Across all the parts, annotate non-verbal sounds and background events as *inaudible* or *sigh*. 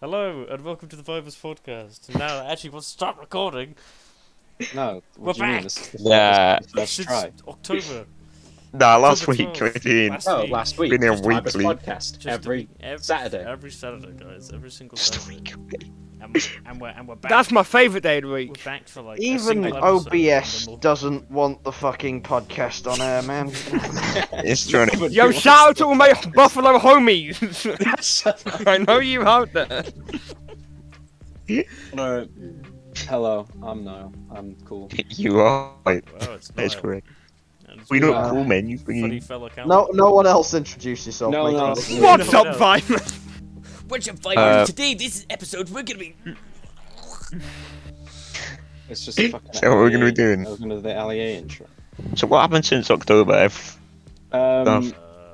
Hello and welcome to the Vibers podcast. And Now that actually we'll start recording No, We're what do you mean? back! This, this, Nah. this- let's since try. October. Nah, *laughs* last October week 12th, we did. last Oh, week. last week. Been here just type us weekly. podcast Just every ev- Saturday. Every Saturday, guys. Every single Last Saturday. week. And, we're- and we're and we're back. That's my favourite day of the we're week. back for like a Even single episode, OBS and then doesn't want the fucking podcast on air, *laughs* man. *laughs* It's trying to. Yo, shout out to all my *laughs* Buffalo homies. *laughs* I know you out there. No. Hello, I'm Noel. I'm cool. You are. Right. we'll- Wow, it's That's Niall. correct. And it's We don't Uh, call men. You funny bring fella Calvin. no, no one else introduce yourself. No, mate. no. What's No, up, no. Vine? What's up, Uh, Vipers? Today, this is episode we're gonna be. It's *laughs* just fucking. So what we're gonna be LEA. doing? I was gonna do the LEA intro. So what happened since October? If Um, Stuff. Uh,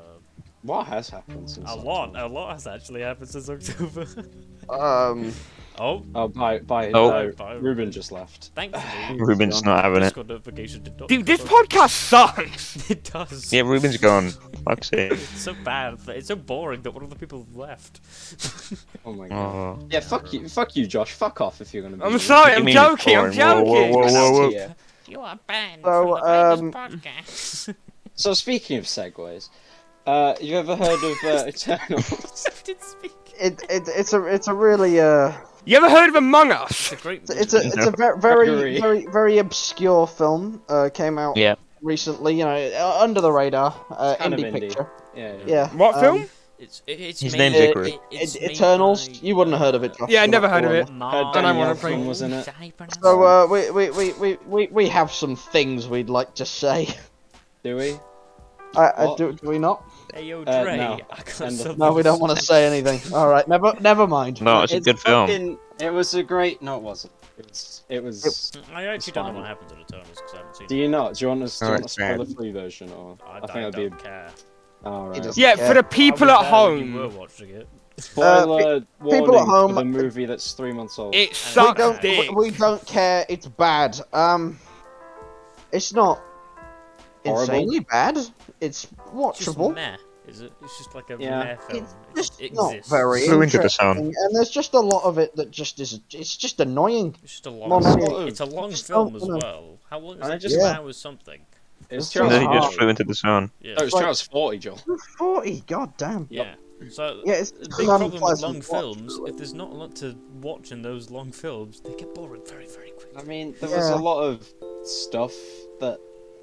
what has happened since? a that lot, time? a lot has actually happened since October. *laughs* Um, oh, Oh, bye, bye. Oh. no, Bye. Ruben just left. thankfully, Ruben's not having it. Discord notification did not. *laughs* Dude, this come up. podcast sucks. it does. Yeah, Ruben's gone. Fuck's sake. It's so bad. that- It's so boring that one of the people left. Oh my god. Oh. Yeah, fuck you, fuck you, Josh. Fuck off if you're gonna. Be I'm sorry, I'm mean, joking, I'm boring? Whoa, joking. whoa, whoa, whoa, whoa. Yeah. You are banned So, from the Vipers um, podcast. *laughs* So speaking of segues, uh, you ever heard of uh, *laughs* Eternals? did speak. it, it, it's a it's a really uh You ever heard of Among It's Us? a great. it's a it's a, it's a ver- Agree. very very very obscure film. Uh, came out Yeah. recently, you know, uh, under the radar, uh, kind indie, of indie. picture. yeah. Yeah. What um, film? It's, it, it's His made, name's uh, Icarus. it- it- Eternals. You wouldn't have heard of it. Uh, Josh. Yeah, I never heard of it. Mar- Don't I Danielle wanna Flynn bring- was in it. So uh, we, we, we, we, we, we have some things we'd like to say. *laughs* Do we? I, I, What? do, do we not? Hey, yo, Uh, Dre. no. *laughs* I got End of- something No, we don't want to say anything. All right, never never mind. No, Oh, it's, a good film. fucking- It was a great. No, it wasn't. It was. It was. I actually don't know fine. what happened to the Eternals because I haven't seen Do it. you not? Do you want us to Oh, want it's us to spoil bad. the free version or? I, think I that'd be. don't care. Alright. doesn't- Yeah, Yeah. for the I people was at there when You were home. watching it. Spoiler warning people at home- for the movie that's three months old. It Fuck We sucks don't, dick. we, we don't care. It's bad. Um, it's not Horrible. insanely bad. It's It's just watchable. meh. Is it? It's just like a Yeah. meh film. It's It just just not exists. very Flew into the interesting, sound. and there's just a lot of it that just is. It's just annoying. It's just a Well, long. no, film. no, it's a long just film don't as wanna- well. How long is I it? Just just- an Yeah. hour something. It was two And And hours. then he and just Oh. flew into the sun. Yeah. No, it was two hours forty, Joel. Forty. God damn. yeah. So Yeah, it's The it's big an problem with unpleasant long watch, films, really. if there's not a lot to watch in those long films, they get boring very, very quick. I mean, there was a Yeah. lot of stuff that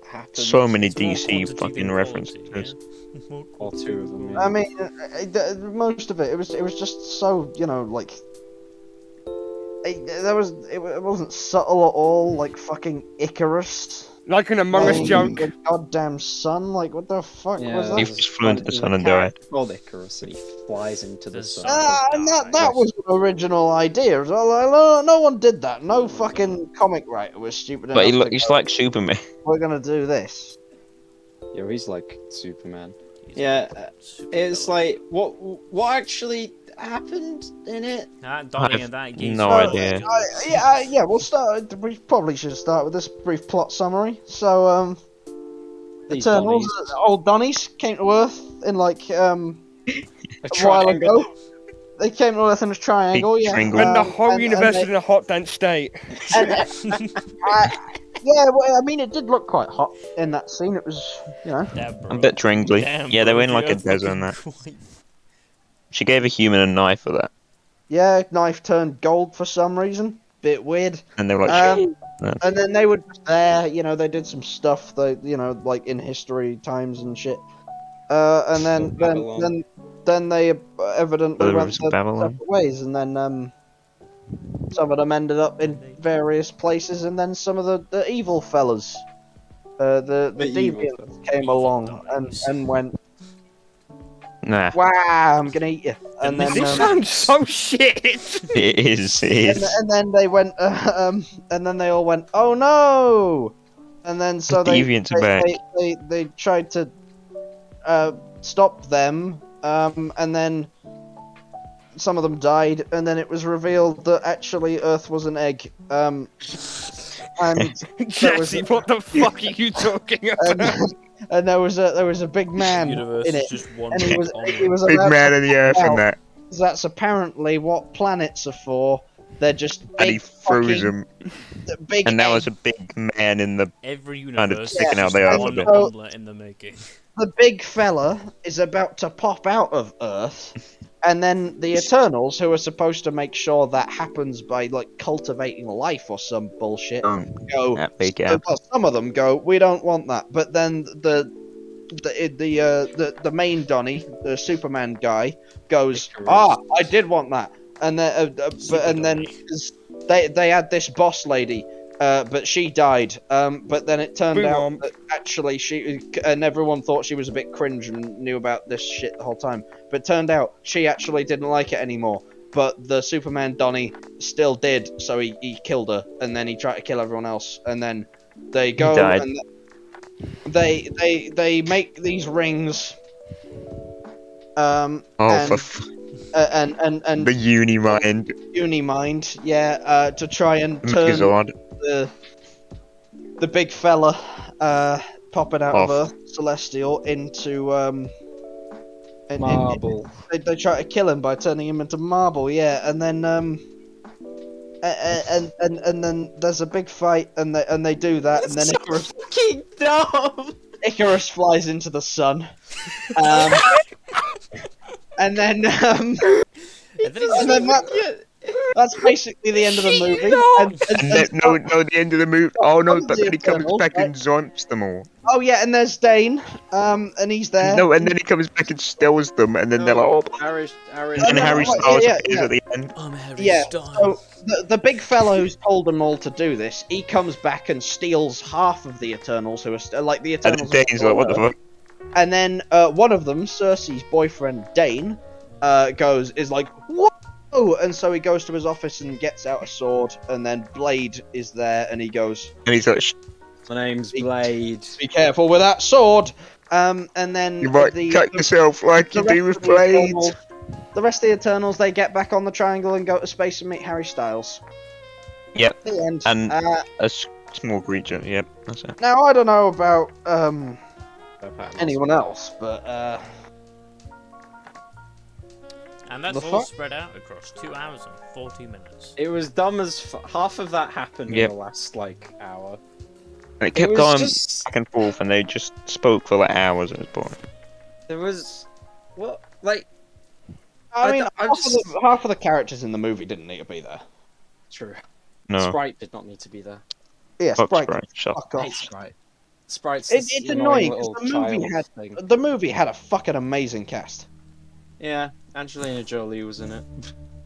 happened. So many It's more quantity DC than fucking quality, references. yeah? More Or two of them. Yeah. I mean, uh, uh, the- most of it. It was it was just so you know like. It, there was it, wa- it wasn't subtle at all. Like fucking Icarus. Like an Among Us Like, joke. the goddamn sun. Like what the fuck Yeah, was that He that? was just flew into the funny. sun and died. Called Icarus and he flies into the The sun. sun. Ah, and that that was an original idea as well. Like, no, no one did that. No fucking comic writer was stupid enough. But he to look, he's go, like Superman. *laughs* we're gonna do this. Yo, he's like Superman. quality. Yeah, uh, Super It's villain. like what what actually happened in it? that I Donnie have and that geezer. no idea. Uh, yeah, uh, yeah. We'll start. We probably should start with this brief plot summary. So, um, These Eternals, dummies. uh, old Donnies came to Earth in like um, A a while triangle. ago. They came to Earth in a triangle, yeah. triangle. And the Um, whole and- universe and is in a hot, dense state. they- and- *laughs* uh, yeah, well, I mean, it did look quite hot in that scene. It was, you know, Damn, bro. A bit dringly. Damn, Yeah, they bro, were in the like a Earth desert and that. fucking quite- She gave a human a knife for that. yeah, knife turned gold for some reason. Bit weird. And they were like, Um, Yeah. and then they were just there, you know, they did some stuff, they, you know, like in history times and shit. Uh, and then, then, Babylon. then, then they evidently The went rivers of their Babylon. separate ways, and then um, some of them ended up in various places, and then some of the, the evil fellas, uh, the, the, The evil deviants fellas. came Evil along and, dummies. and went, nah, wow, I'm gonna eat you. And Didn't then, they This um, sounds so shit. *laughs* it is, it and, is. and then they went, *laughs* uh, um, and then they all went, oh no! And then so they, Deviants are they, back. they, they, they tried to uh, stop them, um, and then some of them died, and then it was revealed that actually Earth was an egg. Um, *laughs* and, Jesse, what the fuck are you talking about? and, *laughs* and there was a there was a big man universe in is it, just one and he big was omelet. *laughs* he was Big allowed man in the earth Wow. and that. 'Cause that's apparently what planets are for. They're just big and he froze fucking- him, Big and now egg- it's a big man in the. Every of universe is taken out just the earth a one bit. Tumblr in the making. the big fella is about to pop out of Earth, and then the Eternals, who are supposed to make sure that happens by like cultivating life or some bullshit, Um, go. that big so- app. well, some of them go. We don't want that. But then the the the uh, the, the main Donny, the Superman guy, goes. Ah, I did want that. And then, uh, uh, but, and *laughs* then Donny. 'cause they they had this boss lady. Uh, but she died. Um, but then it turned Boom um, out womp. that actually she and everyone thought she was a bit cringe and knew about this shit the whole time. But turned out she actually didn't like it anymore. But the Superman Donny still did, so he, he killed her, and then he tried to kill everyone else, and then they go died. and they they they make these rings. Um, Oh, and, for f- uh, and and and the uni mind, Unimind, yeah, uh, to try and turn Megazord. the the big fella uh, popping out of Off. Earth Celestial into um, in- in- Marble. they, they try to kill him by turning him into marble, yeah, and then um, a- a- and and and then there's a big fight, and they and they do that, and then Icarus, Fucking dumb. Icarus flies into the sun, um, and then um, And then it's and then that, that's basically the end of the movie. And, and- *laughs* And and then, no, no, the end of the movie. Oh no, but then he comes Eternals, back right? and zonks them all. oh yeah, and there's Dane, um, and he's there. No, uh, and then he comes back and steals them, and then they're like, oh. Harry, Harry, And then no, Harry no, Styles yeah, appears yeah. at the end. I'm Harry Yeah, Styles. So the, the big fellow who's told them all to do this, he comes back and steals half of the Eternals, who are st- uh, like the And Eternals. then are Dane's still like, what the alive. fuck? And then uh, one of them, Cersei's boyfriend Dane, uh, goes is like, "Whoa!" And so he goes to his office and gets out a sword. And then Blade is there, and he goes, And he's like, "Sh- My name's Blade. "Be careful with that sword!" Um, and then you might the, cut yourself like the you do rest with of the blades. Eternals- The rest of the Eternals, they get back on the triangle and go to space and meet Harry Styles. Yep. The end. And- Uh, A s- small creature. Yep, that's it. now I don't know about um, anyone else, but uh, And that's The all fuck? spread out across two hours and 40 minutes. It was dumb as f- half of that happened Yep. in the last like hour. And it kept was going just- back and forth, and they just spoke for like hours. It was boring. There was what like I I mean, d- I'm half, of the, just- half of the characters in the movie didn't need to be there. true. No, Sprite did not need to be there. Yeah, fuck Sprite, Sprite. Shut up. fuck Hate off. Sprite. Sprite's It- this it's annoying, annoying 'cause little the movie child had- thing. The movie had a fucking amazing cast. Yeah, Angelina Jolie was in it.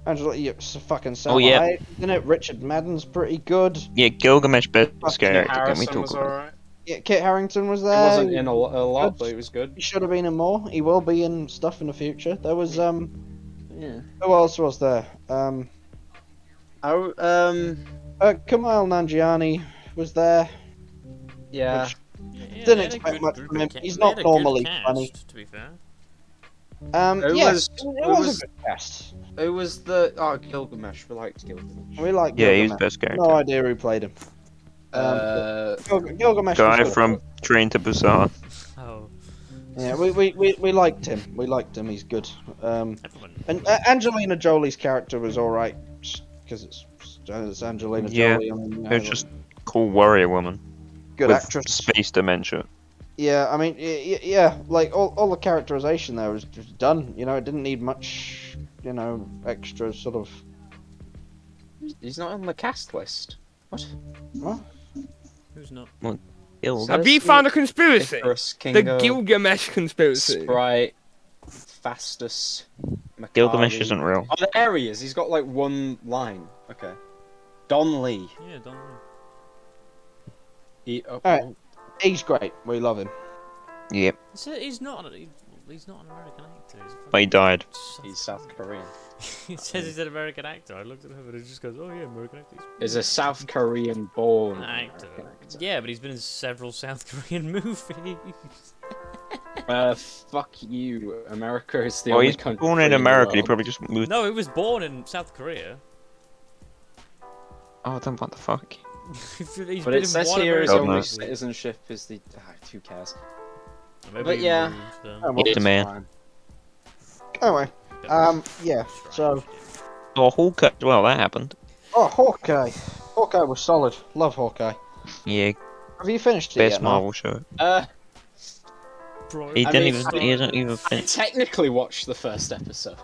Angela Yee's a fucking Salma Oh, yeah. Hayek, isn't it? Richard Madden's pretty good. Yeah, Gilgamesh best Fucking character. Can we Harrison talk was about? alright. Yeah, Kit Harrington was He there. wasn't in a, lo- a lot, good. but he was good. He should have been in more. He will be in stuff in the future. There was um, Yeah. who else was there? Um, I w- um uh, Kamal Nanjiani was there. yeah. Which- Yeah, they Didn't had a expect good much group from of him. ca- He's they not had a good normally cast, funny. To be fair. Um, It yeah, was- it, it it was, was- a good cast. It was the oh Gilgamesh. We liked Gilgamesh. We um, like. Yeah, he was Gilgamesh. best character. No idea who played him. uh, Gil- Gilgamesh. was Guy good. from Train to Busan. Oh, Yeah, we, we, we, we liked him. We liked him. He's good. Um, everyone. and uh, Angelina Jolie's character was all right because it's, it's Angelina Yeah, Jolie. I mean, It was just cool warrior woman good with actress. space dementia. Yeah, I mean, y- y- yeah, like all, all the characterization there was just done. You know, it didn't need much, you know, extra sort of. he's not on the cast list. Who's not? Ill. So- Have you found a conspiracy? Icarus, The Kingo, Gilgamesh conspiracy. Sprite, Fastus, Makari. Gilgamesh isn't real. Oh, there he is. He's got like one line. Okay. Don Lee. Yeah, don't know. He, oh, Alright. He's great. We love him. Yep. He's, a- he's not. An, he's not an American actor. He's a fucking- But he died. He's South Korean. *laughs* he says he's an American actor. I looked at him and he just goes, "Oh yeah, American actor." He's Is a South Korean born an actor. actor. Yeah, but he's been in several South *laughs* Korean movies. Uh, fuck you. America is the Well, only Oh, he's country. born in the America. He world. probably just moved. no, he was born in South Korea. *laughs* Oh, then what the fuck? he's been But it in says one here American his American only movie. citizenship is the. Ah, who cares? Maybe but he yeah. moved, um, Oh, well, He's the man. Fine. Anyway, Um, yeah, so. Oh, Hawkeye. Well, that happened. Oh, Hawkeye. Hawkeye was solid. Love Hawkeye. Yeah, Have you finished it best yet? Mark? Marvel show. *laughs* Uh, Bro, He I didn't mean, even. I- he hasn't even I finished. technically watched the first episode.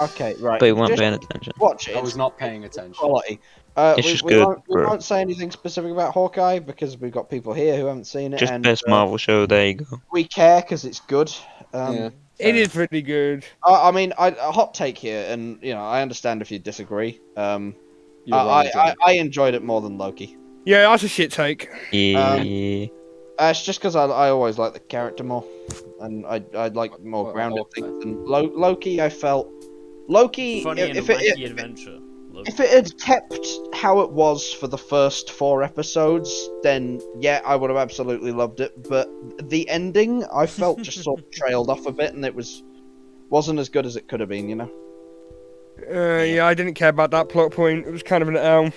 Okay, right. But he weren't Just paying attention. Watch *laughs* it. I was not paying attention. quality. Uh, It's we, just we good, Won't, we bro. won't say anything specific about Hawkeye because we've got people here who haven't seen it. Just and, best uh, Marvel show. There you go. We care because it's good. Um, Yeah. It is pretty good. I, I mean, I, a hot take here, and you know, I understand if you disagree. Um, I, You're wrong, I, I, Jake. I enjoyed it more than Loki. Yeah, that's a shit take. Yeah. Uh, it's just because I, I always like the character more, and I I like more Well, grounded okay. things. And Lo- Loki, I felt Loki. funny if, and it, wacky adventure. Look, if it had kept how it was for the first four episodes, then yeah, I would have absolutely loved it. But the ending, I felt just *laughs* sort of trailed off a bit, and it was wasn't as good as it could have been. You know, Uh, yeah, I didn't care about that plot point. It was kind of an L.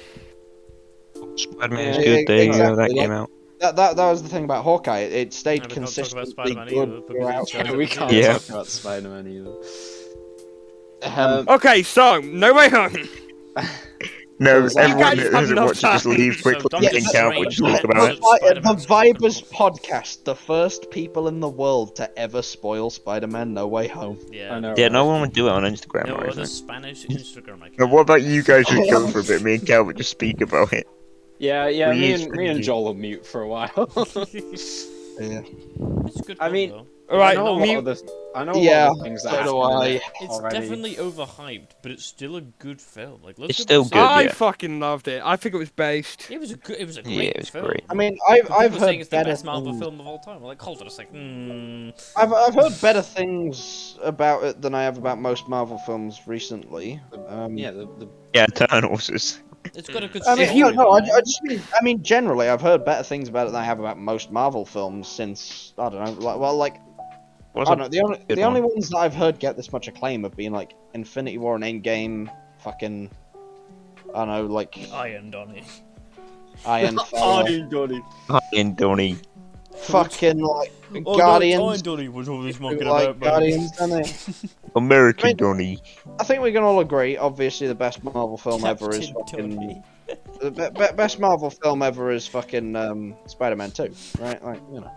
Spider Man Yeah, is good. There you go. That exactly, came out. that that, that was the thing about Hawkeye. It, it we can't stayed talk about consistently Spider-Man either, good because throughout. it's, uh, Yeah, we can't Yeah. talk about Spider-Man either. Um, Okay, so No Way Home. No, You everyone guys that have hasn't enough watched it just time. leaves quickly So, and Doctor can't watch- Strange- talk about The, it. Vi- the Spider-Man's Vibers incredible. podcast, the first people in the world to ever spoil Spider-Man: No Way Home. yeah. I know, Yeah, right? no one would do it on Instagram No or other anything. *laughs* Spanish Instagram account. Now, what about you guys *laughs* who come for a bit? Me and Calvin just speak about it. Yeah, yeah, We me is and, me and cringy. Joel will mute for a *laughs* while. It's a good I one, mean, though. All I right, know a lot mute. of the, I know a Yeah, lot of things that so do happen in I. it it's already. definitely overhyped, but it's still a good film. Like, look It's at still this- good, I yeah. fucking loved it. I think it was based. It was a good. It was a Yeah, great it was film. great. I mean, I've People I've were heard saying it's the better best Marvel things. film of all time. We're like, hold on a second. Mm. I've, I've heard better things about it than I have about most Marvel films recently. Um, Yeah, the, the Yeah, Eternals is. It's got a good. I mean, story, no, no, I, right? I just mean, I mean, generally, I've heard better things about it than I have about most Marvel films since I don't know. Like, well, like I don't know. The only the good only ones that I've heard get this much acclaim have been like Infinity War and Endgame, fucking. I don't know, like *laughs* Iron Donny. *laughs* Iron Oh, Fire, Donnie. Fucking Donnie. fucking like Oh, Guardians. No, Iron Donny was always mocking like about. man. Guardians, don't they? American I mean- Donnie. I think we can all agree. Obviously, the best Marvel film ever is Captain fucking. Donny. the be- be- best Marvel film ever is fucking um, Spider-Man Two, right? Like you know.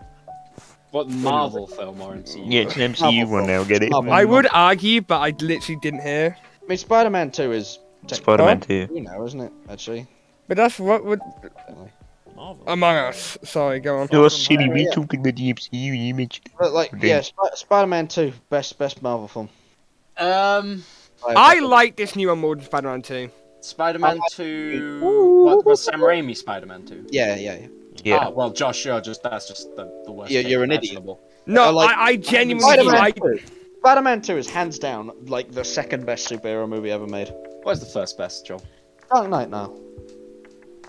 What Marvel film or MCU? Yeah, it's an MCU one now, get it? Marvel. I would argue, but I literally didn't hear. I mean, Spider-Man Two is Spider Man 2. you know, isn't it? Actually, But that's what would Marvel. Among Us. Sorry, go on. You are silly, Yeah. we're talking about the MCU, you mentioned but like Indeed. yeah, Sp- Spider-Man Two, best best Marvel film. Um, I like this new one more than Spider-Man 2. Spider-Man 2. What, was Sam Raimi Spider-Man 2? yeah, yeah, yeah. Yeah. Ah, well, Josh, you're just, that's just the, the worst. Yeah, thing you're an idiot. imaginable. No, I I, like- I, genuinely Spider-Man like. Two. Spider-Man Two is hands down like the second best superhero movie ever made. What's the first best, Joel? Dark Knight now.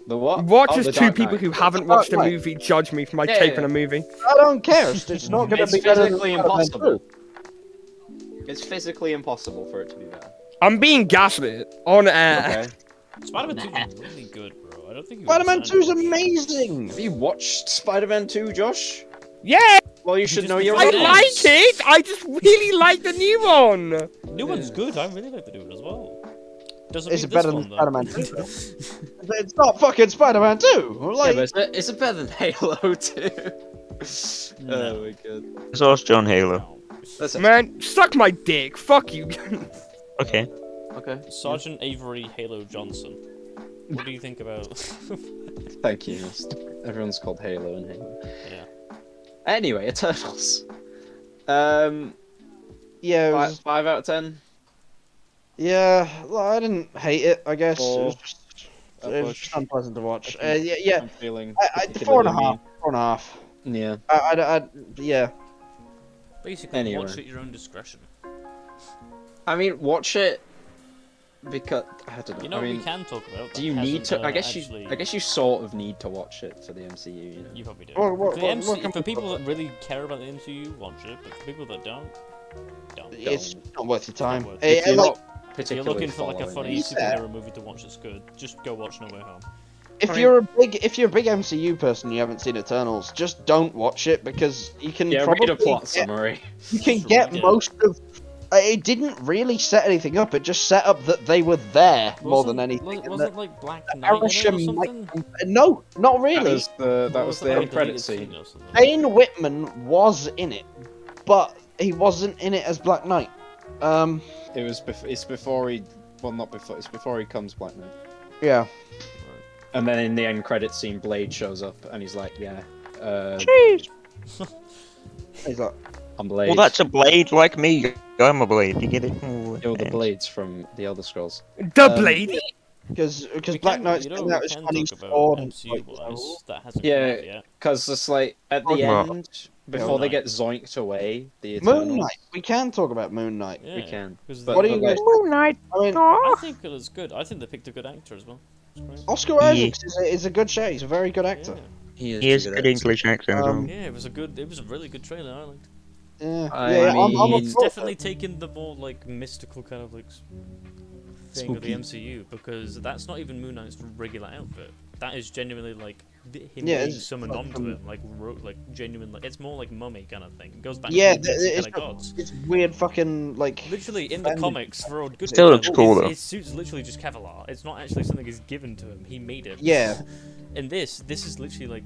The what? Watch Oh, as The two Dark people Knight. who haven't Dark watched a Knight. movie judge me for my Yeah, take yeah. on a movie. I don't care. It's, it's not gonna It's be better than physically Spider-Man impossible. 2. It's physically impossible for it to be better. I'm being gaslit on air. Okay. Spider-Man 2 is really good, bro. I don't think you Spider-Man understand 2 is it. amazing. Have you watched Spider-Man 2, Josh? Yeah, Well, you should just know your I Right. like it. I just really like the new one. New one's good. I really like the new one as well. Doesn't Is beat it better this one, than though. Spider-Man 2? though? it's not fucking Spider-Man 2. Like, Yeah, but it's, it's better than Halo *laughs* 2. No. Oh my god. Let's ask John Halo. No. That's it. Man, suck my dick. Fuck you. *laughs* Okay. Okay. Sergeant Avery Halo Johnson. What do you think about? *laughs* Thank you. Everyone's called Halo and Halo. yeah. Anyway, Eternals. Um, yeah, it was- five, five out of ten. Yeah, well, I didn't hate it. I guess it was Four. just, Uh, it was push. just unpleasant to watch. Okay. Uh, yeah, yeah. I'm feeling. I, I, four and a half. Four and a half. Yeah. I, I, I- yeah. Basically, Anyway. watch at your own discretion. I mean, watch it because I don't know. You know I mean, we can talk about. do that you need hasn't, to? I uh, guess actually- you. I guess you sort of need to watch it for the MCU. You know. You probably do. Well, well, for, well, MC look, I'm- for people that really care about the MCU, watch it. But for people that don't, don't. It's not worth your time. If Eh, If you're like, not If you're particularly looking for like a following funny it. Yeah. superhero movie to watch that's good, just go watch No Way Home. if I mean- you're a big, if you're a big MCU person, you haven't seen Eternals. Just don't watch it because you can yeah, probably read a plot *laughs* get, summary. you can Just get read it. most of Uh, It didn't really set anything up. It just set up that they were there more than Wasn't- anything. Wasn't, and wasn't like Black that Knight in it or Arishem something? might- No, not That really. was- was the that Or was it the like end a credit deleted scene. or something? Dane Whitman was in it, but he wasn't in it as Black Knight. Um, It was bef- it's before he well not before it's before he comes Black Knight. yeah. And then in the end credit scene, Blade shows up and he's like, yeah, uh, He's like, I'm Blade. Well, that's a blade like me. I'm a blade. You get it? Oh, You're the thanks. blades from the Elder Scrolls. The Um, blade. because because We Black can- Knight's you know, thing we that was can funny talk about sword. and, MCU like, wise, that hasn't come Yeah. out yet. Because it's like at the Well- end, before they Knight. get zoinked away, the Eternals, Moon Knight. We can talk about Moon Knight. Yeah. we can. 'cause But- what do you but guys? I mean, *laughs* I think it was good. I think they picked a good actor as well. It's great. Oscar Isaacs is a, is a good show. He's a very good Oh, actor. He has good English accent. as well. Um, Yeah, it was a good. It was a really good trailer. I liked. Yeah, I yeah, I'm, I'm a mean- It's pro- definitely taken the more like mystical kind of like s- thing Spooky. of the MCU because that's not even Moon Knight's regular outfit. That is genuinely like th- him Yeah, being it's summoned like onto from- it, like wrote like genuine. Like, it's more like mummy kind of thing. It goes back Yeah, to the th- Egyptian it's kind of not- gods. it's weird. Fucking like Literally in the Family comics for all good. Still looks it's- cool, though. His suit's literally just Kevlar. It's not actually something he's given to him. He made it. Yeah. In this, this is literally like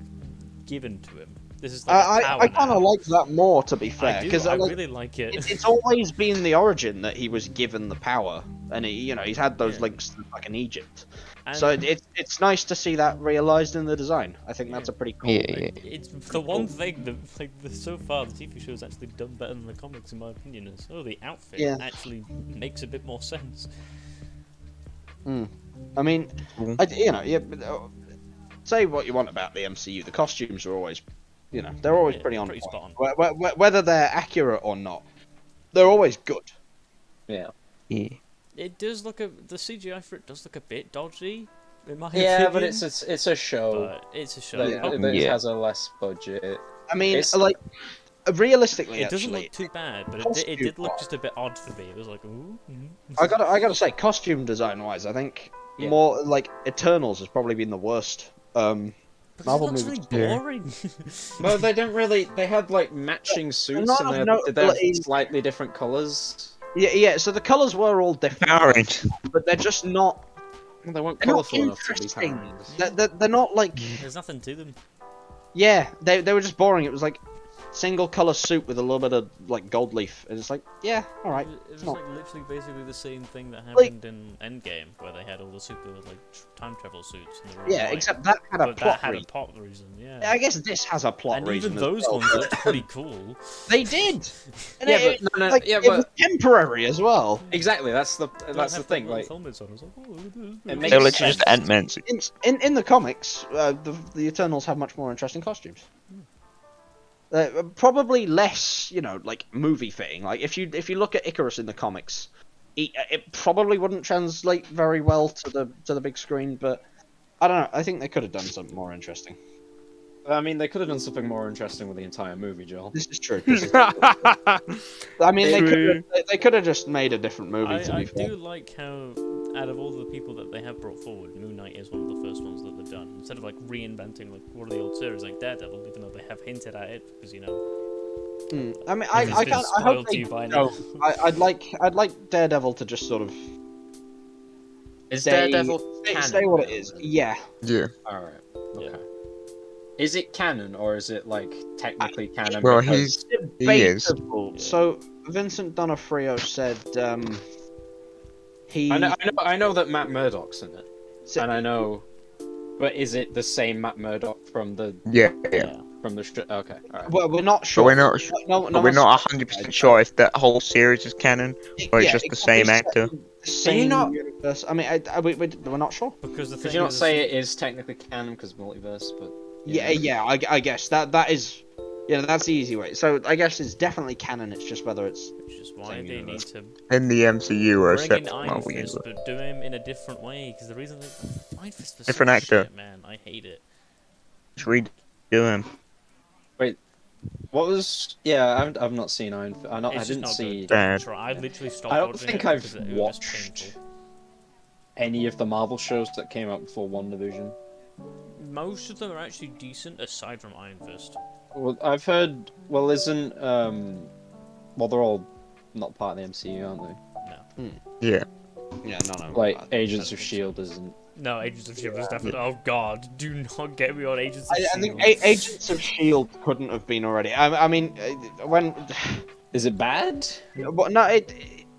given to him. This is like a I I, power I kind now. of like that more to be I fair do. because I like, really like it. it, it's always been the origin that he was given the power, and he, you know he's had those Yeah. links to fucking Egypt. *laughs* And- so it, it's it's nice to see that realized in the design. I think that's Yeah. a pretty cool. Yeah, thing. yeah. It's the one thing that, like, the, so far the TV show's actually done better than the comics, in my opinion. Is oh, the outfit Yeah. actually makes a bit more sense. I mean, Mm-hmm. Mhm. I, you know, yeah, but, uh, say what you want about the MCU, the costumes are always, you know, they're always Yeah, pretty on pretty spot point. on. Wh- wh- wh- Whether they're accurate or not, they're always good. Yeah. It does look a the CGI for it does look a bit dodgy. In my Yeah, opinion, but it's it's, it's a show. but it's a show. that Yeah. that Yeah. has a less budget. I mean, It's- like realistically, It doesn't actually, look too bad, but it, did- it did look Costume-wise. just a bit odd for me. It was like, ooh. mm. I gotta, I gotta say, costume design wise, I think Yeah. more like Eternals has probably been the worst. Um, Because Marvel it looks movies really do. *laughs* boring. *laughs* *laughs* Well, they don't really. They had like matching suits, not and they, no- did they have like- slightly different colors. yeah, yeah. So the colors were all different, Power Rangers. but they're just not. Well, they weren't They're not colorful enough to be interesting. Power Rangers. They're, they're, they're not like. There's nothing to them. Yeah, they they were just boring. It was like single color suit with a little bit of like gold leaf, and it's like, yeah, all right. It was- it was not- like literally basically the same thing that Like- happened in Endgame, where they had all the super like tr- time travel suits. And they were all Yeah, white. except that had a But that plot had a reason. plot reason, yeah. I guess this has a plot and reason. even as those well, ones but- looked pretty *laughs* cool. *laughs* they did. And Yeah, it, but no, no, like, yeah, it but- was temporary as well. Exactly. That's the that's the have thing. little Like helmets on. I was like, oh, look at this. It They're Makes literally just sense. Ant Man. In in, in the comics, uh, the the Eternals have much more interesting costumes. Uh, probably less, you know, like movie fitting. Like if you if you look at Icarus in the comics, he, it probably wouldn't translate very well to the to the big screen. But I don't know. I think they could have done something more interesting. I mean, they could have done something more interesting with the entire movie, Joel. This is true. Hmm. This is- I mean, they could they could have just made a different movie. to I, be I fair. do like how, out of all the people that they have brought forward, Moon Knight is one of the first ones that they've done. Instead of like reinventing like one of the old series like Daredevil, even though they have hinted at it because you know Hmm. I mean, I, it's I been can't. I spoiled hope to they. you by no, now. I, I'd like I'd like Daredevil to just sort of Is They- Daredevil say, canon? say what it is. Yeah. Yeah. All right. Yeah. Okay. Is it canon or is it like technically canon? Well, because- he's He is. debatable. So Vincent D'Onofrio said um, he. I know, I know, I know that Matt Murdock's in it, So- and I know, but is it the same Matt Murdock from the Yeah. yeah. yeah. from the? str- Okay, all right. well, we're not But sure. we're not. Sure. no, But we're not 100 percent sure if that whole series is canon. or it's just the same actor. Same you not- universe. I mean, I, I, we, we, we're not sure. Because the Could thing you not is, say it is technically canon because multiverse? But Yeah, yeah. I, I guess that that is. Yeah, that's the easy way. So I guess it's definitely canon. It's just whether it's which is why Same they need universe. to In the MCU or Bring except in for Iron Marvel Fist, Universe. but do him in a different way. Because the reason that Iron Fist was Different such actor. shit, man, I hate it. Just redo him. What was? Yeah, I haven't, I've not seen Iron. F- I not, I It's just didn't not see good. Bad. Try- I literally stopped. I don't watching think it I've because it was watched painful. any of the Marvel shows that came out before One Division. Most of them are actually decent, aside from Iron Fist. Well, I've heard. Well, isn't um, well, they're all not part of the MCU, aren't they? Yeah. Yeah, no, no. Like I- Agents I- of Shield E isn't. No, Agents of Shield is definitely. Oh God, do not get me on Agents of I, I Shield. think A- Agents of Shield E couldn't have been already. I, I mean, uh, when, *sighs* Is it bad? but no, it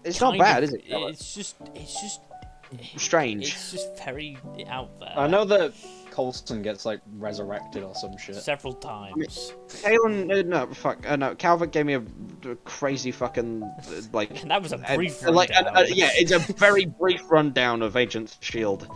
it's not Kind bad, of- is it? It's just, it's just, Strange. it's just very out there. I know that Colston gets like resurrected or some shit. Several times. Kalen, uh, no, fuck, uh, no. Calvert gave me a, a crazy fucking uh, like And that was a And- brief and like, and, rundown. uh, yeah, it's a very brief rundown of Agents of Shield.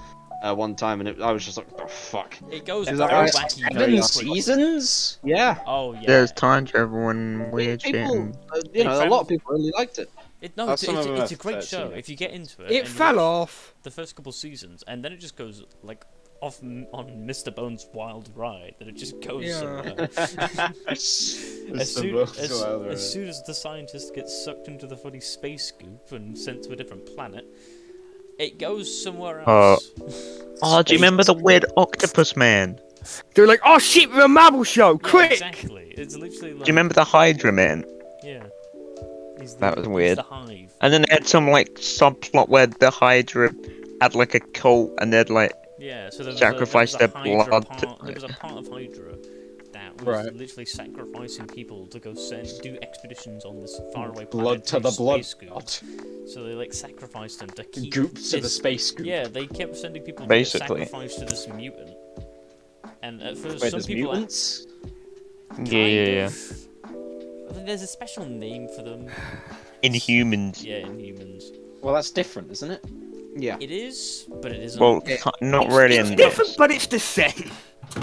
Uh, one time, and it, I was just like, oh fuck. It goes Is very that right? wacky. very Seven quickly. seasons? Yeah, Oh yeah. There's time travel and weird shit. people, And... uh, you know, a lot of people really liked it. It, no, Oh, it's, some it's, of it's, them a have great thirteen, show. yeah. If you get into it, *laughs* It and fell watch off. the first couple seasons, and then it just goes like off m- on Mr. Bones' wild ride. Then it just goes Yeah. somewhere. as, soon, as, as soon as the scientist gets sucked into the funny space scoop and sent to a different planet, it goes somewhere Uh, else. Oh, do you remember the weird octopus man? Do They're like, oh shit, we're a marble show, Yeah, quick! Exactly. It's literally like. you remember the Hydra man? Yeah. He's the, That was he's weird. The hive. And then they had some like subplot where the Hydra had like a cult and they'd like Yeah, so there was Sacrifice a, there was a their Hydra blood Part, to- There was a part of Hydra that was Right. literally sacrificing people to go send do expeditions on this faraway planet. Blood to through the blood. space goo. god. So they like sacrificed them to keep Goop this... to the space goop. Yeah, they kept sending people Basically. to get sacrificed to this mutant. And at first, Wait, some there's people mutants? kind Yeah, yeah, yeah. of- I think There's a special name for them. Inhumans. Yeah, in humans. Well, that's different, isn't it? Yeah, It is, but it isn't. Well, ki- not really in Different, this, but it's the same.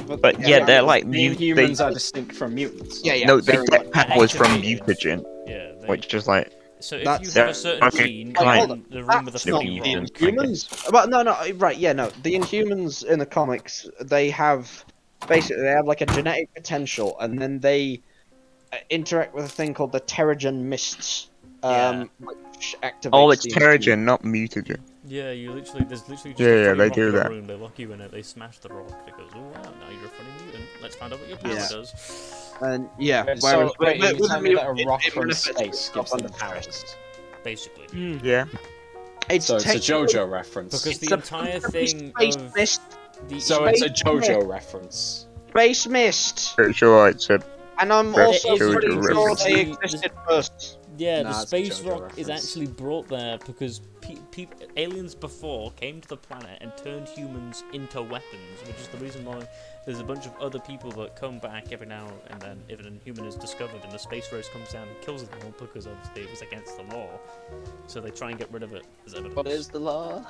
but yeah, they're like The mut- humans they, are distinct from mutants. yeah, yeah. No, they very get much. powers from Activated. mutagen, yeah. They... which is like So if you That's- have a They're certain fucking gene, kind. in the room with a That's not funny evil. rod, Humans, well, no, no, right, yeah, no. The Inhumans in the comics, they have basically they have like a genetic potential, and then they uh, interact with a thing called the Terrigen mists, um, which activates. oh, it's the- terrigen, not mutagen. Yeah, you literally there's literally just Yeah, a yeah, funny they rock do in a that. room. They lock you in it. They smash the rock. It goes, oh wow, now you're a funny mutant. Let's find out what your power Yeah. does. And yeah, Wait, whereas- so, wait, but- are you but- telling but- me that a it- rock it from manifests space itself gives them under powers? Basically, Yeah. It's So it's a technically- JoJo reference. because It's the a entire space thing of mist, the So it's a Space JoJo reference. space mist, Pretty sure it's a and I'm That's also true, pretty it's a sure reference. they existed first. yeah, Nah, the it's a space JoJo rock is reference. actually brought there because pe- pe- aliens before came to the planet and turned humans into weapons, which is the reason why there's a bunch of other people that come back every now and then if an inhuman is discovered and the space race comes down and kills them all because obviously it was against the law. So they try and get rid of it as evidence. What is the law?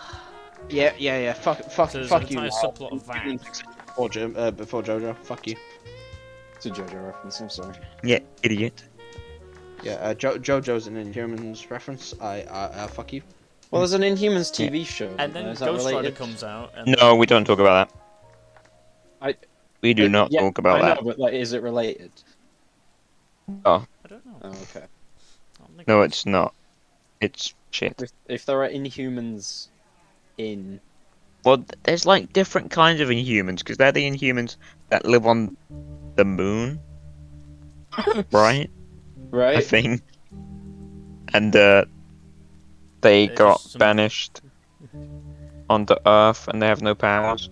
Yeah, yeah, yeah. Fuck, fuck, So there's an fuck you. entire Lyle. subplot of that. Humans existed Before, Jo- uh, before JoJo, fuck you. It's a JoJo reference, I'm sorry. yeah idiot. Yeah, uh, jo- JoJo's an Inhumans reference. I, I, uh, fuck you. Well, there's an Inhumans TV show. And isn't there? then Is that Ghost Rider related? comes out. And No, we don't talk about that. I- uh, we do not Yeah, talk about I that. Know, but like, is it related? I don't know. Oh, okay. I don't think No, it is. it's not. It's shit. If, if there are Inhumans in Well, th- there's like different kinds of Inhumans because they're the Inhumans that live on *laughs* the moon, right? I right, think. And uh, they There's got some- banished onto Earth, and they have no powers.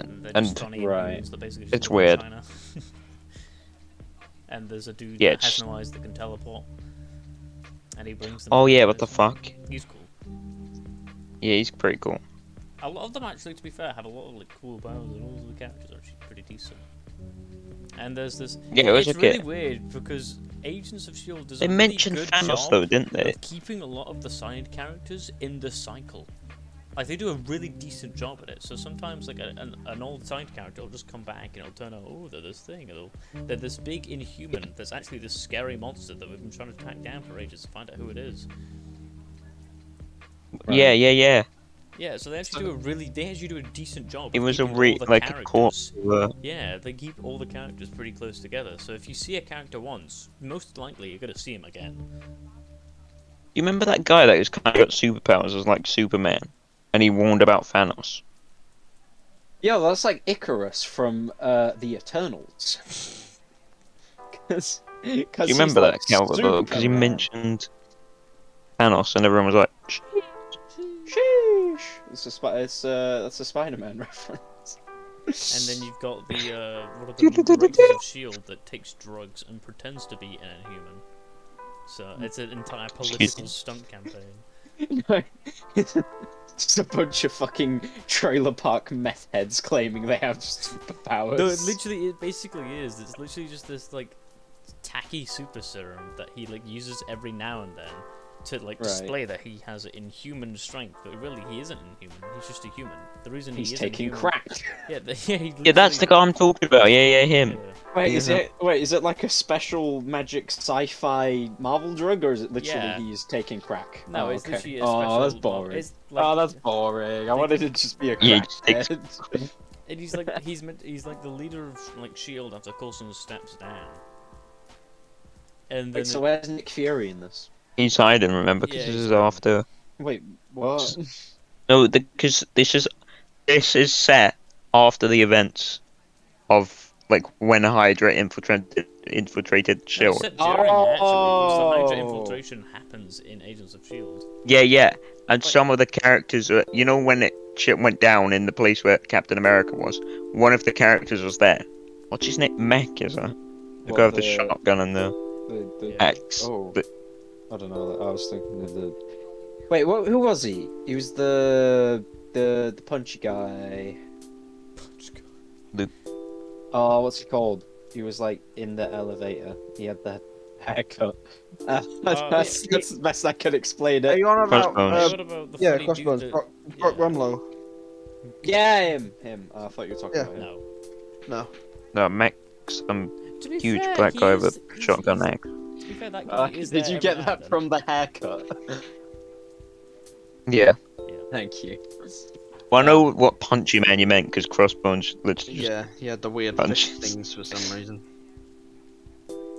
And they're and- just Johnny Right. Inhumans that basically It's just live in weird. China. *laughs* and there's a dude Yeah, that has it's- no eyes that can teleport. And he brings them. Oh back yeah, to what the this- fuck? He's cool. Yeah, he's pretty cool. A lot of them actually, to be fair, have a lot of like cool powers, and all of the characters are actually pretty decent. And there's this. Yeah, it was it's okay. really weird because Agents of Shield E does They a really mentioned good Thanos job though, didn't they? of keeping a lot of the side characters in the cycle. Like they do a really decent job at it. So sometimes like a, an, an old side character will just come back and it'll turn out oh they're this thing. and They'll, they're this big inhuman that's actually this scary monster that we've been trying to track down for ages to find out who it is. Right. Yeah, yeah, yeah. Yeah, so they actually do a really they actually do a decent job. It of was a keeping all re- the like a characters- corpse. Uh, Yeah, they keep all the characters pretty close together. So if you see a character once, most likely you're gonna see him again. you remember that guy that was kind of got superpowers, was like Superman, and he warned about Thanos. yeah, well, that's like Icarus from uh, the Eternals. *laughs* Because Do you remember like that, Calvert? Because you Superman. mentioned Thanos, and everyone was like, Sheesh. It's a spi- it's uh that's a Spider-Man *laughs* reference. And then you've got the uh, one of the breakers of Shield that takes drugs and pretends to be an inhuman. So Hmm. it's an entire political stunt campaign. *laughs* No. Just a bunch of fucking trailer park meth heads claiming they have superpowers. No, it literally, it basically is. It's literally just this like tacky super serum that he like uses every now and then to like Right. display that he has inhuman strength, but really he isn't inhuman. He's just a human. The reason He's he is taking inhuman- *laughs* crack. Yeah, the, yeah, he "Yeah, that's literally- the guy I'm talking about. Yeah, yeah, him." Yeah. Wait, is Yeah. it wait, is it like a special magic sci-fi Marvel drug or is it literally Yeah. he's taking crack? No, oh, it's okay. literally a Oh, that's special- boring. It's like, oh, that's boring. I wanted it to just be a Yeah, he crack. just takes- head. and he's like he's meant he's like the leader of like Shield E after Coulson steps down. And then Wait, *laughs* so where's Nick Fury in this? He's hiding, remember, because Yeah, this he's is after. Wait, what? No, because this is this is set after the events of like when Hydra infiltrated infiltrated No, Shield. Except during actually, because the Hydra Oh. infiltration happens in Agents of Shield. Yeah, yeah, and some of the characters, are, you know, when it shit went down in the place where Captain America was, one of the characters was there. What's his name? Mech, is that? The What, guy with the the- shotgun and the The- the- Yeah. axe. Oh. The- I don't know. I was thinking of the. Wait, what, who was he? He was the the the punchy guy. Uh, The- Oh, what's he called? He was like in the elevator. He had the *laughs* haircut. Uh, that's, that's the best I can explain Are it. you on about? Crossbones. Uh, what about the yeah, funny dude crossbones. that- Brock, Brock yeah. Rumlow. Yeah, him. Him. Oh, I thought you were talking Yeah. about him. No. No, Mech, some To be huge fair, black he guy is- with a he's- shotgun eh? he's- axe. to be fair, that guy Uh, is did there you every get now that and from the *laughs* haircut? Yeah. Thank you. Well, I know what punchy man you meant because crossbones literally just. Yeah, Yeah, yeah, the weird Punch. fish things for some reason.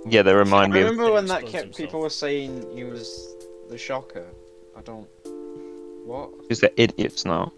they remind I me of. remember when that Explodes kept himself. people were saying he was the shocker. I don't. What? Because they're idiots now.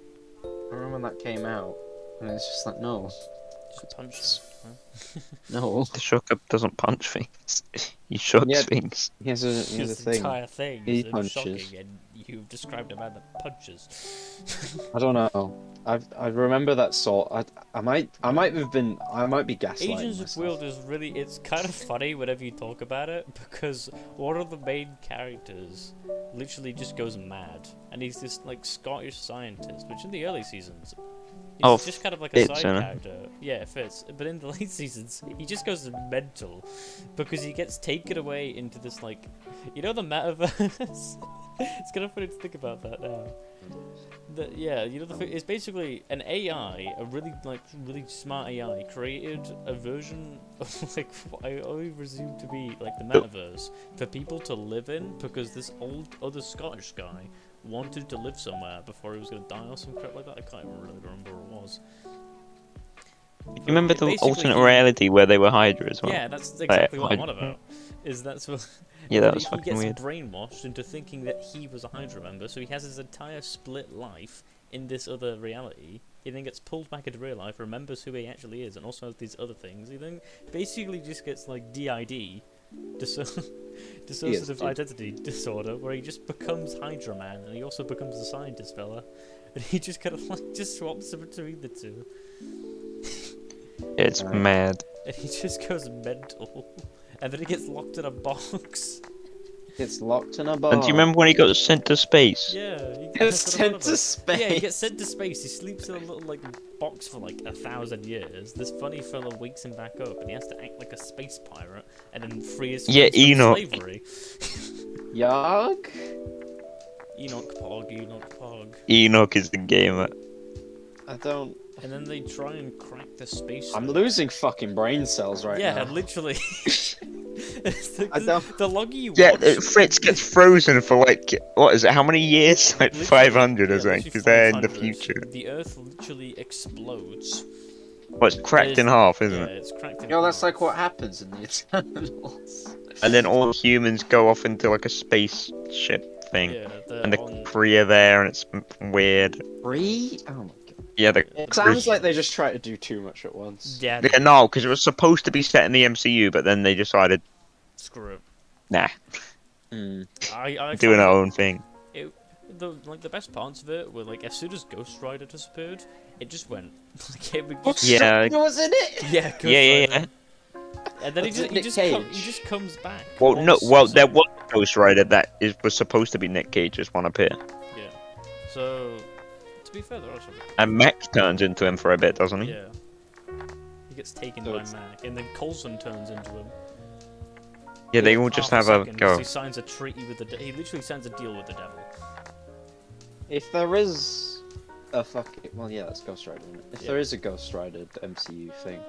I remember when that came out, and it's just like, no, then. Just punch *laughs* him. no. The shocker doesn't punch things, *laughs* he shocks Yeah. things. He has a, he has a His thing. entire thing He is him punches. shocking, and you've described a man that punches. *laughs* I don't know. I I remember that sort. I I might I might have been I might be gaslighting. Agents of myself. Shield E is really it's kind of funny whenever you talk about it because one of the main characters literally just goes mad and he's this like Scottish scientist which in the early seasons he's Oh, just kind of like a Fitz, side isn't it? character. Yeah, Fitz. But in the *laughs* late seasons he just goes mental because he gets taken away into this like you know the metaverse? *laughs* it's kind of funny to think about that now. The, yeah, you know, the, thi- it's basically an AI, a really like really smart AI, created a version *laughs* of like what I always presume to be like the metaverse for people to live in because this old other Scottish guy wanted to live somewhere before he was going to die or some crap like that. I can't even really remember what it was. You remember But the basically alternate he- reality where they were Hydra as well? Yeah, that's exactly what I'm I- on *laughs* about. Is that's what. Yeah, that was he fucking gets weird. brainwashed into thinking that he was a Hydra member, so he has his entire split life in this other reality. He then gets pulled back into real life, remembers who he actually is, and also has these other things. He then basically just gets like DID, disso- *laughs* dissociative dude. identity disorder, where he just becomes Hydra man, and he also becomes the scientist fella, and he just kind of like just swaps between the two, It's Right. mad. and he just goes mental, *laughs* and then he gets locked in a box. *laughs* It's locked in a bar. And do you remember when he got sent to space? Yeah, he It's that's what I sent thought to about. space. Yeah, he gets sent to space. He sleeps in a little like box for like a thousand years. This funny fella wakes him back up, and he has to act like a space pirate, and then frees Yeah, him from Enoch. slavery. Yarg. Enoch Pog, Enoch Pog, Enoch is the gamer. I don't. and then they try and crack the space. I'm suit. losing fucking brain cells right yeah, now. literally. *laughs* It's like I the, don't- the longer you Yeah, watch, uh, *laughs* Fritz gets frozen for like what is it? How many years? *laughs* Like Literally, five hundred or yeah, literally something. Because they're in the 500, future. The Earth literally explodes. Well, it's cracked in There's- half, isn't Yeah, it? it's cracked. in Yo, that's half. like what happens in the Eternals. And then all humans go off into like a spaceship thing, Yeah, they're and the on- Kree are there, and it's m- weird. Three? Oh my god. Yeah, the It It sounds like they just try to do too much at once. Yeah, yeah, no, because it was supposed to be set in the MCU, but then they decided, screw it. nah, Mm. I, I doing our own thing. the like the best parts of it were like as soon as Ghost Rider disappeared, it just went. *laughs* Like, it would just, Yeah, was in it? *laughs* yeah, Ghost yeah, yeah, yeah. Rider. And then he Was just it he Nick just, com- he Cage? just comes back. Well, on no, well, there season. was a Ghost Rider that is was supposed to be Nick Cage's one up here, So, to be fair, there are some. and Max turns into him for a bit, doesn't he? Yeah. He gets taken So by it's- Mac, and then Coulson turns into him. Yeah, they all just half have a second, 'cause go. He signs a treaty with the. De- he literally signs a deal with the devil. If there is a fucking well, yeah, that's Ghost Rider. Isn't it? If Yeah. there is a Ghost Rider MCU thing,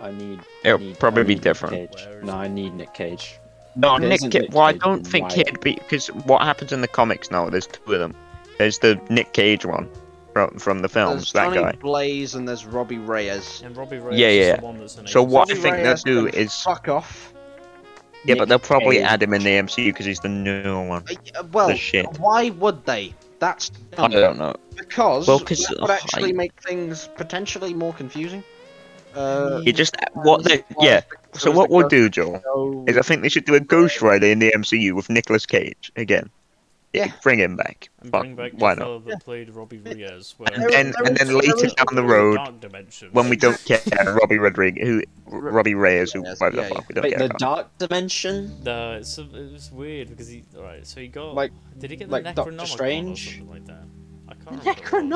I need. It'll need- probably I be need Nick different. Cage. Where is No, it? I need Nick Cage. No, There Nick. isn't Ca- Nick well, I Cage don't in think my- he'd be because what happens in the comics now? There's two of them. There's the Nick Cage one from from the films. There's That Johnny guy. Blaze and there's Robbie Reyes. And Robbie Reyes Yeah, is yeah. the one that's in it. So what I Robbie think they'll Reyes do can is fuck off. yeah, but they'll probably Cage. add him in the MCU because he's the new one. Uh, y- Well, The shit. why would they? That's I dumb. don't know. because Well, 'cause, that would uh, actually I- make things potentially more confusing. Uh, You just what there's they the- yeah. there's So the what we'll Ghost do, Joel, Show. is I think they should do a Ghost Rider in the MCU with Nicolas Cage again. Yeah. Bring him back. And Fuck, bring back why the not? fellow that played Robbie Reyes. where- And then and then later there down the road Dark dimensions. when we don't care, Robbie Rodriguez, who Ro- Robbie Reyes, who Reyes, whatever the yeah, fuck we don't Wait, care the about. Dark Dimension? No, it's it's weird because he alright. So he got Like- did he get the like Doctor Necronomicon Strange? or something like that? I can't remember.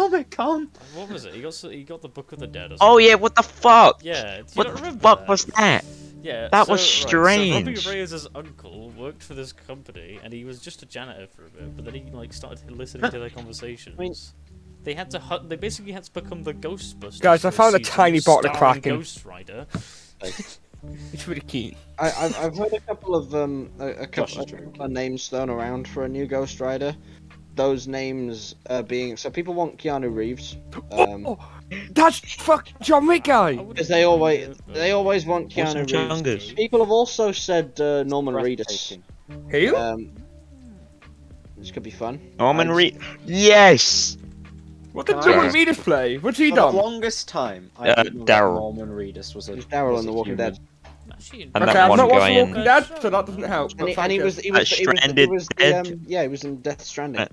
what it Necronomicon. was. What was it? He got so- he got the Book of the Dead. Or something. Oh yeah, what the fuck? Yeah. Do you What not the remember fuck that? was that? Yeah, That so, was Right, strange. so Robbie Reyes' uncle worked for this company, and he was just a janitor for a bit. But then he like started listening *laughs* to their conversations. they had to. Hu- they basically had to become the Ghostbusters. Guys, I for found a season, tiny bottle of starring Kraken. Ghost Rider. It's really keen. I, I've, I've heard a couple of um a, a Josh couple is drinking. of names thrown around for a new Ghost Rider. Those names uh, being so people want Keanu Reeves. Um, oh, that's fuck John I Wick guy. wouldn't Because they always know, but- they always want Awesome Keanu Reeves. Chungus. People have also said uh, Norman Reedus. Breathtaking. Who? Um, this could be fun. Norman Nice. Reed. Yes. What did Can I John Wick ask- Reedus play? What's he For the done? longest time, I Uh, didn't know that Daryl. Norman Reedus was a. It was Daryl was in a The Walking human. Dead, Actually, in- And Okay, that I've one not watched guy The in- Walking Dead, so that doesn't help. and he, but and he thank was you. he was, That he was, he Stranded was the, Dead. um, yeah he was in Death Stranding. Uh,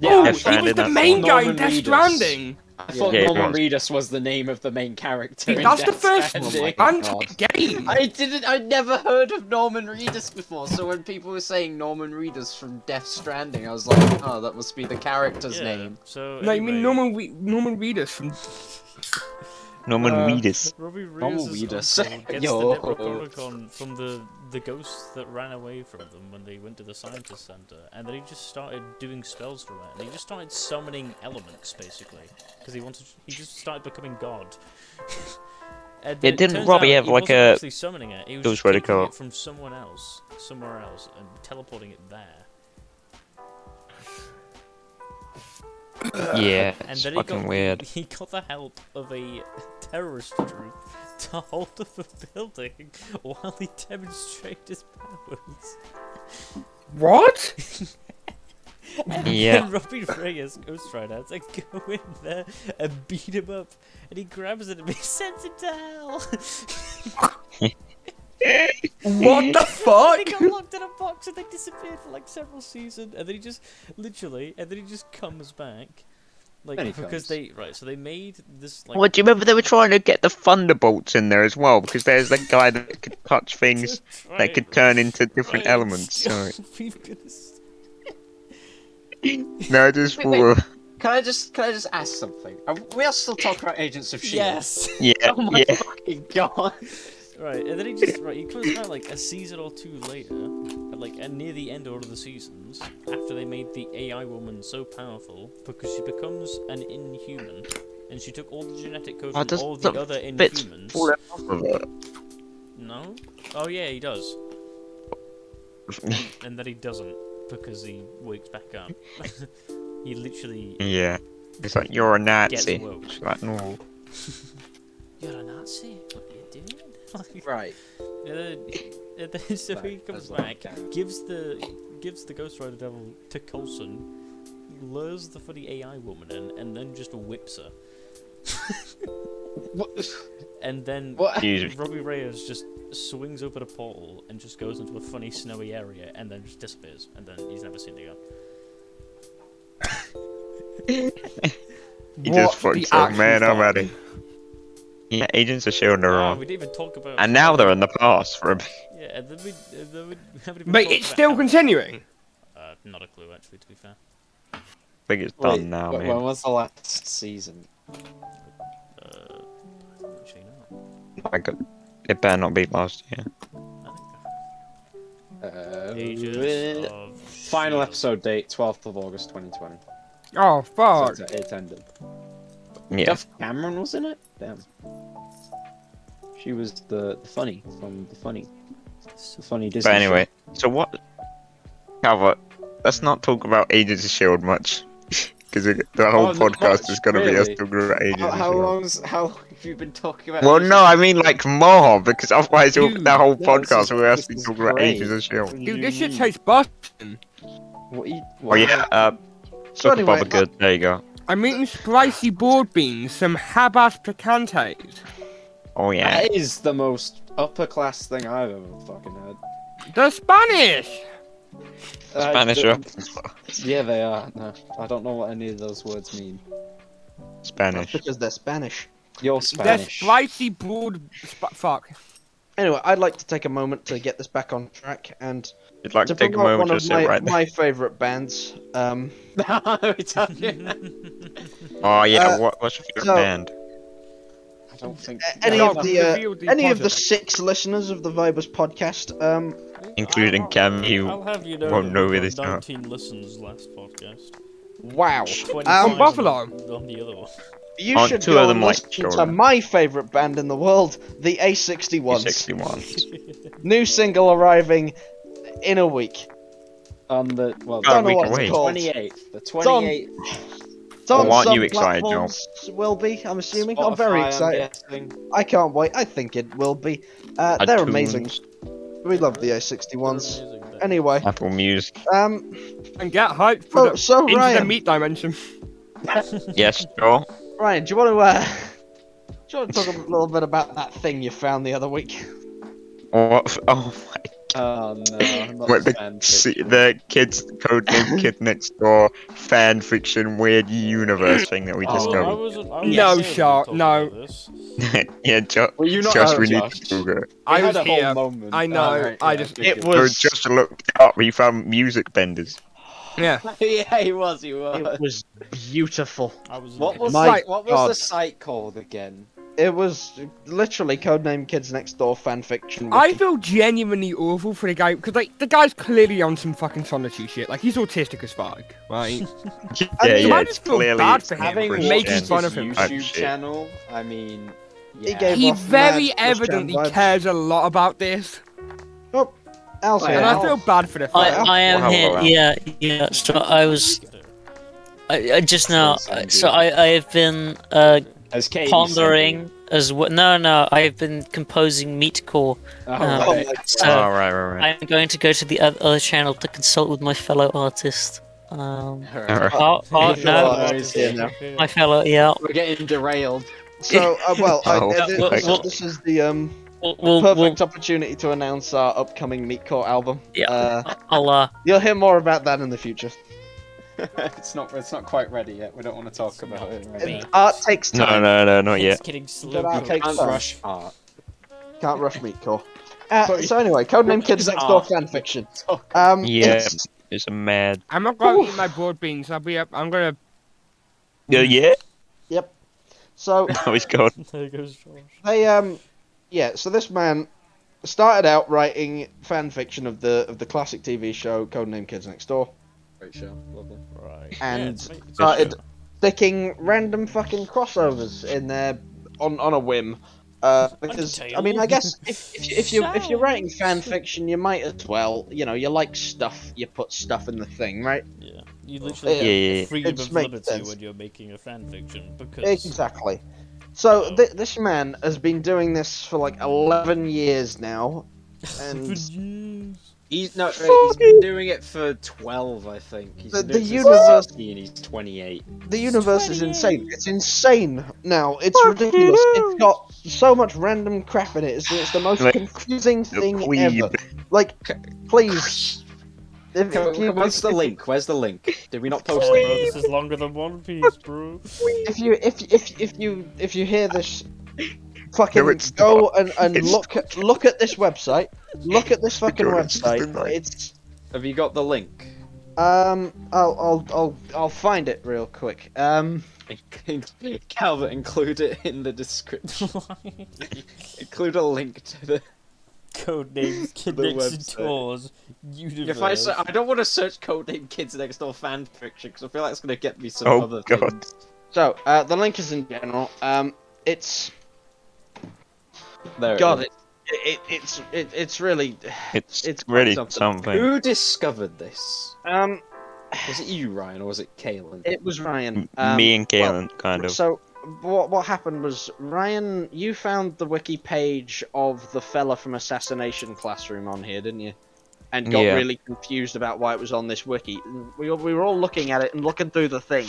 Yeah, Oh, I thought- Death he was Stranded, the that's main the guy one. in Death Norman Reedus. Stranding. I thought Yeah, it Norman was. Reedus was the name of the main character. Dude, in that's the Death first Stranding. Oh and game. I didn't. I never heard of Norman Reedus before. So when people were saying Norman Reedus from Death Stranding, I was like, oh, that must be the character's yeah, name. So No, you anyway, mean Norman Re- Norman Reedus from Norman Uh, Reedus. Robbie Normal Reyes' Reedus. uncle *laughs* gets Yo. the Necronomicon from the the ghosts that ran away from them when they went to the scientist center, and then he just started doing spells from it. And he just started summoning elements basically because he wanted. He just started becoming god. *laughs* And then didn't turns Robbie out have he like wasn't a- actually summoning it? He was Ghost just Rider taking car? it from someone else, somewhere else, and teleporting it there. Yeah, And it's then he fucking got, *laughs* weird. He got the help of a *laughs* terrorist group to hold up a building *laughs* while he demonstrated his powers. what? Yeah. And *laughs* Robbie Reyes, Ghost Rider, has to *laughs* go in there and beat him up. And he grabs it and he sends it to hell. *laughs* *laughs* they What the fuck? got locked in a box and they disappeared for like several seasons. And then he just, literally, and then he just comes back. Like, Then he because comes. they, right, so they made this, like, *laughs* Well, do you remember they were trying to get the Thunderbolts in there as well? Because there's that guy that could *laughs* touch things that could turn into different Right, *laughs* elements. Sorry. We've got this- No, I just Wait, wait. thought- Can I just can I just ask something? Are we are still talking about Agents of Shield. Yes. yeah, E *laughs* Oh my yeah. fucking god. Right, and then he just right he comes out like a season or two later, at, like and near the end of all of the seasons, after they made the AI woman so powerful because she becomes an inhuman, and she took all the genetic code Oh, from does all the the other bits inhumans. fall off of it? No. Oh yeah, he does. and then he doesn't because he wakes back up. *laughs* he literally *laughs* Yeah. It's like you're a Nazi. woke. It's like no. You're a Nazi. What are you doing? Like- Right. And then, and then *laughs* so he Back, comes as well, back, yeah. gives the gives the Ghost Rider Devil to Coulson, lures the funny AI woman in, and then just whips her. and then What? Jesus. Robbie Reyes just swings open a portal and just goes into a funny snowy area and then just disappears and then he's never seen again. He What just fucked the some man actual already. Yeah, agents are showing their Ah, own. we didn't even talk about. And now they're in the past for a *laughs* bit. Yeah, and then we, and then we haven't even But talked it's about still how- continuing. Uh, not a clue, actually, to be fair. I think it's Wait, done now, wh- man. When was the last season? Uh, actually, no. I got- It better not be last year. I think Uh, Ages of final Shield. episode date, 12th of August 2020. Oh So fuck! it's, it's ended. Yeah. Duff Cameron was in it? Damn. She was the, the funny from the funny. The funny Disney. But anyway, so what? Calvert, let's not talk about Agents of Shield E much, *laughs* because the whole Oh, not podcast much, is going to be us really. talking about show. Agents How, of how Shield. long's how long have you been talking about? E Well, this? no, I mean like more, because otherwise you'll- Dude, the whole no, this podcast is- will this actually is talk about great. Agents of Shield. Dude, this shit tastes busting. What are you, Oh what yeah, uh, so So anyway, good. There you go. I'm eating spicy board beans, some habas picantes. Oh yeah, That is the most upper class thing I've ever fucking heard. The Spanish. Uh, Spanish the- up, Yeah, they are. No, I don't know what any of those words mean. Spanish. because they're Spanish. You're The Spanish. *laughs* spicy board. Sp- fuck. Anyway, I'd like to take a moment to get this back on track and You'd like to to take a moment promote one to of sit my, right there. my favorite bands. Um, *laughs* I Oh yeah, uh, what, what's your favorite so- band? don't think any Yeah, of I've the uh, revealed the any of the project. six listeners of the Vibers podcast. Um, Oh, Including I'll- Cam, you I'll have you know won't that know we've where got they start. 19 listens last podcast. wow, 25 on- Buffalo. On the other one. you Aren't should two go of and them like listen to children? my favorite band in the world, the A61s. sixty-one. New single arriving in a week. on Um, the well, Oh, Don't we know what can it's wait. called. 28th, the on 28th. It's on Well, aren't some you excited, Joel? platforms, Will be. I'm assuming. I'm very Spotify, excited. guessing. I can't wait. I think it will be. Uh, *laughs* they're amazing. iTunes, We love the A61s. Amazing, though. *laughs* Anyway, Apple Music. um, And get hyped for Oh, so, the so into the Ryan, meat dimension. Yes, Joel. Ryan, do you want to uh, *laughs* do you want to talk a little bit about that thing you found the other week? What? f- Oh my Oh no, I'm not Wait, a the, fan see, fiction. the kids *laughs* codename Kid Next Door fan fiction weird universe thing that we Oh, Well, I discovered. wasn't, I wasn't here No, when we Shark, talked no. about this. yeah, Josh, Were you not Josh there, we need Josh? to Google it. We I had was a whole here. moment. I know, Alright, I yeah, just- good, It good. So was Josh looked it up. He found music benders. Yeah. yeah, he was. *laughs* He was. It was beautiful. I was What was My like, what was God. the site called again? It was literally codename Kids Next Door fanfiction. I feel genuinely awful for the guy because like the guy's clearly on some fucking solitude shit. Like he's autistic as fuck, right? Yeah, mean, you yeah, might it's just feel clearly bad it's for him Emperor's Having for watched Gen. making his fun of him. Type YouTube shit. channel, I mean, *laughs* He yeah. gave- he off very mad Christian evidently vibes. cares a lot about this, Al's Wow. here. and I feel bad for the I, fact. I am Wow, here. wow. Yeah, yeah. So I was I, I just now. Sounds good. So I I have been uh, As Katie said, pondering as well. No, no. I have been composing meatcore. Oh, Uh, right. So Oh, right, right, right. I'm going to go to the oth- other channel to consult with my fellow artist. Um, Alright. *laughs* Uh, Alright. oh, oh, He's no, alive. my fellow. Yeah. We're getting derailed. *laughs* So, *laughs* uh, well, I, Oh, uh, thi- well, this, well- this is the um, We'll, we'll, we'll, perfect opportunity to announce our upcoming Meatcore album. Yeah. Uh, I'll, uh, you'll hear more about that in the future. it's not. It's not quite ready yet. We don't want to talk about it. Right And now. art takes time. No, no, no, not yet. Kidding, slow. But I take Can't some. rush art. *laughs* Can't rush Meatcore. Uh, so anyway, codename Kids Next Door fanfiction. Um, Yeah. it's- It's a mad. I'm not going to Oof. eat my broad beans. I'll be up. I'm gonna. Yeah, yeah. so *laughs* Oh, he's gone. *laughs* There goes Josh. they um, yeah. So this man started out writing fanfiction of the of the classic TV show codename Kids Next Door, Great show. Lovely. Right. And yeah, it's, ma- it's started- a show. sticking random fucking crossovers in there on on a whim. Uh, because I mean, I guess if, if, you, if you if you're writing fan fiction, you might as well, you know, you like stuff, you put stuff in the thing, right? Yeah. You literally Yeah, have yeah, yeah. freedom It's of makes liberty sense. when you're making a fan fiction because *laughs* Exactly. So th- this man has been doing this for like eleven years now, and Jeez. He's no, he's been doing it for twelve, I think. He's The- been doing the it since universe- 16, and he's twenty-eight. The universe is insane. It's insane now. It's ridiculous. It's got so much random crap in it. It's, it's the most Like, confusing the thing queen. ever. Like, please. If, Come, if you, come, where's the if- link? Where's the link? Did we not post Oh, bro, it? this is longer than One Piece, bro. *laughs* if you if if if you if you hear this fucking No, it's go not. and, and It's look at look at this website look at this fucking No, it's website not. it's Have you got the link? um I'll I'll I'll I'll find it real quick um Calvert, include it in the description. *laughs* include a link to the. Codenames, Kid The Nixon website. Tours, Universe. If I say I don't want to search codename Kids Next Door fan fiction because I feel like it's gonna get me some Oh other god. things. so uh the link is in general um it's There it god is. it, it it's it, it's really It's It's it's really quite something. Who discovered this? um Was it you, Ryan, or was it Caitlin? it was Ryan M- um, Me and Galen, kind of. so what what happened was Ryan you found the wiki page of the fella from assassination classroom on here didn't you and got Yeah. really confused about why it was on this wiki And we, we were all looking at it and looking through the thing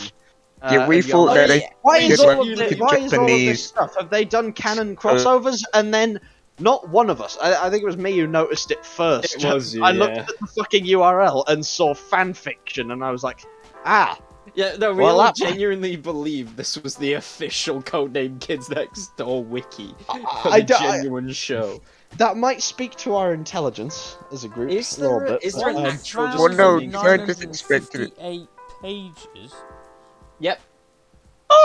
Uh, Yeah, we and you're thought like, that why, they- is they all were of the, using why is all of this Japanese- stuff have they done canon crossovers and then not one of us I, I think it was me who noticed it first It was you, I looked yeah. at the fucking URL and saw fan fiction and I was like ah Yeah, no, we Well, all that- genuinely believe this was the official codename Kids Next Door wiki *laughs* I- for I the don't- I- genuine show. That might speak to our intelligence as a group. Is a little there- bit, is but, there an um, actual Well, no, I *laughs* just expected it. 958 pages. Yep.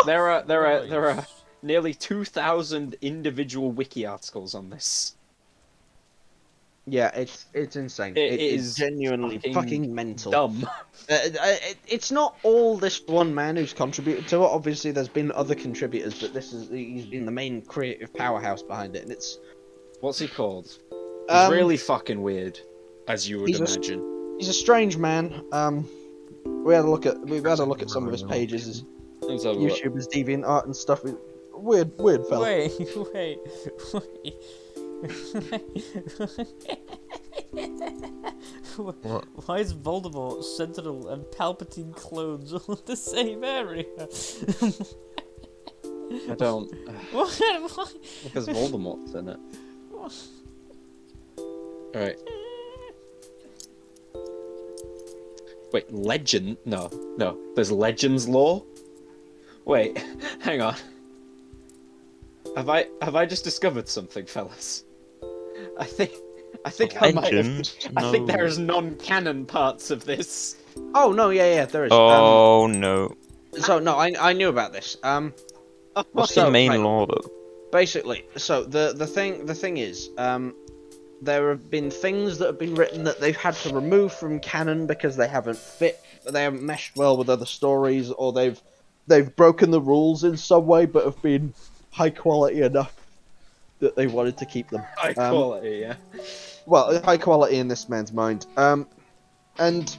There are there are there are Christ. nearly two thousand individual wiki articles on this. Yeah, it's it's insane. It It is is genuinely fucking fucking, mental. Dumb. Uh, uh, it- it's not all this one man who's contributed to it. Obviously, there's been other contributors, but this is he's been the main creative powerhouse behind it, and it's What's he called? He's um, really fucking weird, as you would he's a- imagine. he's a strange man. Um, we had a look at we had a look at some of his pages, his Let's have a look. YouTube, his deviant art and stuff. Weird, weird *laughs* fella. Wait, wait, *laughs* wait. Why is Voldemort, Sentinel, and Palpatine clones all in the same area? *laughs* I don't what? Why? because Voldemort's in it. Alright. Wait, legend? No, no. There's legends law. Wait, *laughs* hang on. Have I have I just discovered something, fellas? I think I think I might have, Legends? *laughs* I think No. there is non-canon parts of this. *laughs* Oh no, yeah, yeah, there is. Um, Oh no. so no, I I knew about this. Um. What's so, the main right. law though? basically so the the thing the thing is um there have been things that have been written that they've had to remove from canon because they haven't fit they haven't meshed well with other stories or they've they've broken the rules in some way but have been high quality enough that they wanted to keep them High Um, quality, yeah. well high quality in this man's mind um and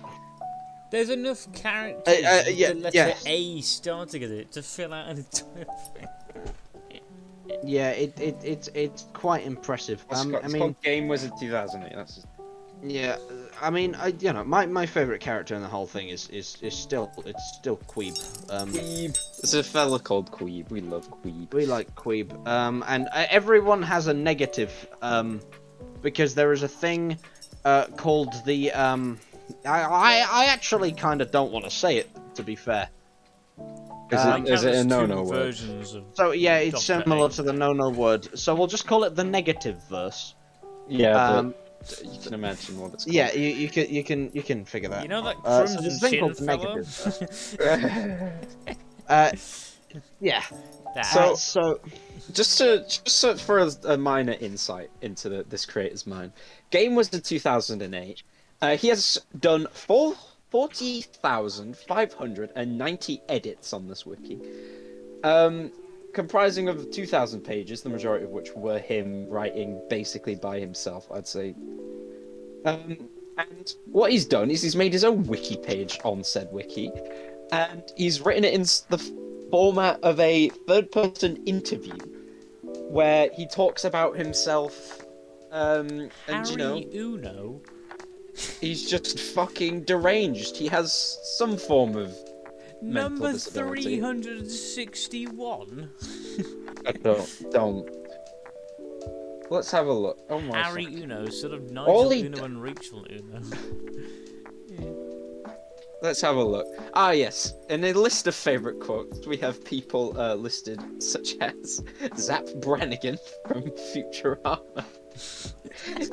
There's enough characters Uh, uh, with yeah, the letter yes. A starting at it to fill out an entire thing. yeah it, it it's it's quite impressive It's um, called- i it's mean called Game Wizard 2008. That's Yeah, I mean, I you know, my, my favorite character in the whole thing is is, is still it's still Queeb. Um, Queeb. There's a fella called Queeb. We love Queeb. we like Queeb. Um, and uh, everyone has a negative. Um, because there is a thing, uh, called the um, I I, I actually kind of don't want to say it to be fair. Is it, Um, Like, is it there's a two no-no word? versions of So yeah, it's Dog similar petting. to the no no word. So we'll just call it the negative verse. Yeah, um, but you can imagine what it's called. yeah, you, you can you can you can figure that. You know that Uh, so crimson there's a thing chin called fellow? negative. Uh, yeah. That. So- uh, so just to just so for a, a minor insight into the, this creator's mind, Game was in 2008. Uh, he has done four, 40,590 edits on this wiki, um, comprising of 2,000 pages, the majority of which were him writing basically by himself, I'd say. Um, and what he's done is he's made his own wiki page on said wiki, and he's written it in s- the format of a third person interview where he talks about himself um and Harry you know Uno He's just fucking deranged. He has some form of. Mental Number disability. 361. Don't. Don't. Let's have a look. Oh my. Harry fuck. Uno, sort of All Nigel he Uno d- and Rachel Uno. Let's have a look. Ah, yes. In a list of favourite quotes, we have people uh, listed such *laughs* as Zap Brannigan from Futurama,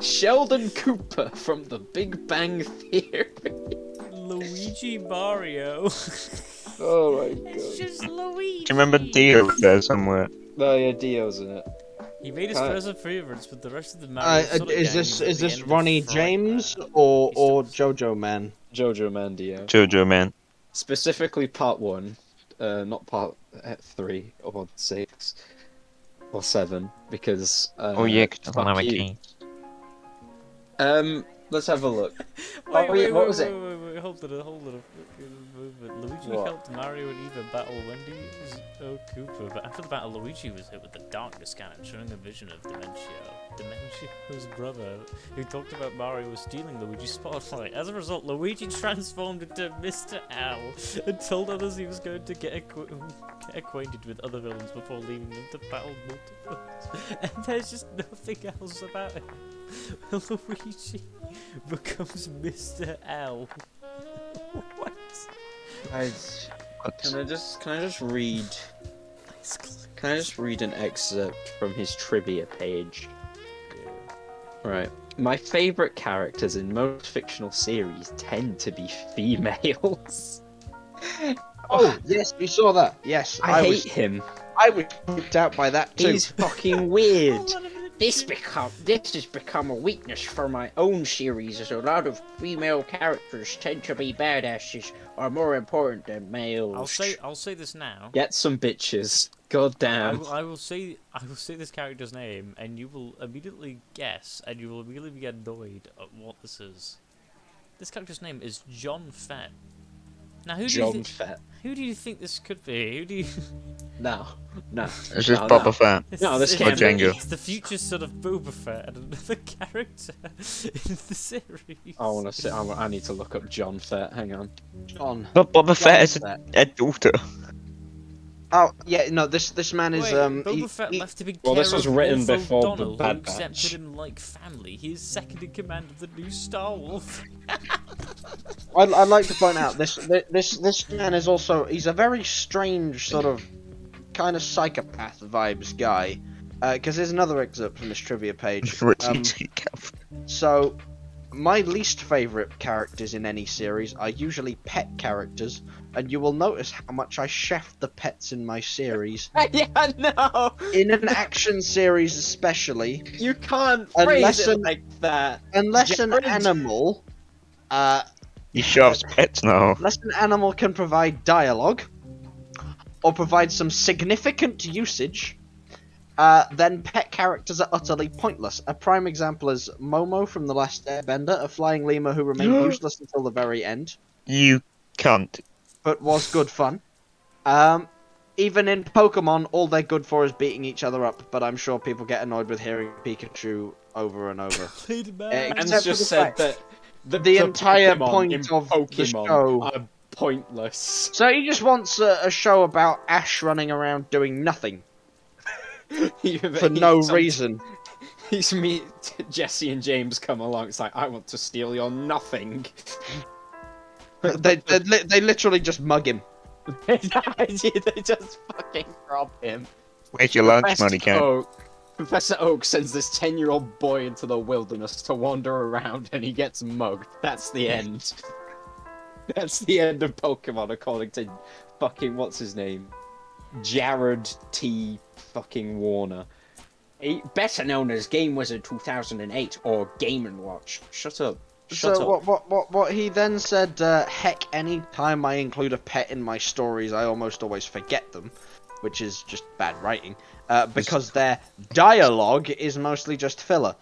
*laughs* Sheldon Cooper from The Big Bang Theory. Luigi Mario. *laughs* Oh my god. It's just Luigi. Do you remember Dio there somewhere? No, yeah, Dio's in it. He made his Uh, first appearance with the rest of the Mario. Uh, sort of is this gangs at is the this end of uh, Ronnie Fright James Night. or He or still- JoJo Man? Jojo Man Dio. Jojo man. Specifically part one, uh, not part uh, three or six or seven, because. Uh, Oh yeah, 'cause I don't fuck have a you. key. Um, let's have a look. Wait, Oh, wait, yeah, what wait, was wait, it? wait, wait, hold it, hold it. uh, uh, Luigi What? helped Mario and Eva battle Wendy O. Cooper, but after the battle, Luigi was hit with the darkness cannon, showing a vision of Dementia. Dementio's brother, who talked about Mario was stealing Luigi's spotlight. As a result, Luigi transformed into Mr. Owl and told others he was going to get acqu- acquainted with other villains before leaving them to battle multiple. *laughs* And there's just nothing else about him. *laughs* Luigi *laughs* becomes Mr. L. what? I, can I just can I just read can I just read an excerpt from his trivia page? Right. My favorite characters in most fictional series tend to be females. Oh yes, we saw that. Yes, I, I, hate was him. I was freaked out by that too. He's fucking *laughs* weird. This become this has become a weakness for my own series, as a lot of female characters tend to be badasses are more important than males. I'll say I'll say this now. Get some bitches. I Goddamn. will, I will say I will say this character's name, and you will immediately guess, and you will immediately be annoyed at what this is. This character's name is John Fett. Now, who do you thi- John Fett. who do you think this could be? Who do you? *laughs* No, no. It's just no, Boba no. Fett. No, this it's- can't be. Django. It's the future son of Boba Fett and *laughs* another character in the series. I want to say I, wa- I need to look up John Fett. Hang on. John. But Boba Fett is a, Fett. a *laughs* daughter. Oh yeah, no this this man is Wait, um. Boba he- Fett he- left to be Well, care this was of written Wolf before the O'Donnell, Bad who Batch. accepted him like family. He is second in command of the new Star Wars. *laughs* I'd, I'd like to point out this thi- this this man is also he's a very strange sort of kind of psychopath vibes guy. Because there's another excerpt from this trivia page. Which Um, you take off. So, my least favourite characters in any series are usually pet characters, and you will notice how much I shaft the pets in my series. *laughs* yeah, no. In an action series, especially, You can't A phrase it lesson- like that. unless an Jared. animal, uh, He shoves pets now. unless an animal can provide dialogue or provide some significant usage. Uh, then pet characters are utterly pointless. A prime example is Momo from The Last Airbender, a flying lemur who remained useless until the very end. You can't. but was good fun. Um, even in Pokemon, all they're good for is beating each other up, but I'm sure people get annoyed with hearing Pikachu over and over. Played by- Eh, Anne's Except for just the said fact that the, entire Pokemon point in of the Pokemon show- are pointless. *laughs* so he just wants a, a show about Ash running around doing nothing for no reason. He's me. *laughs* Jesse and James come along. It's like I want to steal your nothing. *laughs* they, they, li- they literally just mug him. they *laughs* just fucking rob him. Where's your lunch Professor money, Ken? Oak. Professor Oak sends this 10 year old boy into the wilderness to wander around and he gets mugged. That's the end. *laughs* That's the end of Pokemon, according to fucking what's his name? Jared T. fucking Warner. Eh, Better known as Game Wizard 2008 or Game and Watch. Shut up. Shut so up. what, what what what he then said? Uh, Heck, any time I include a pet in my stories, I almost always forget them, which is just bad writing. Uh, because their dialogue is mostly just filler.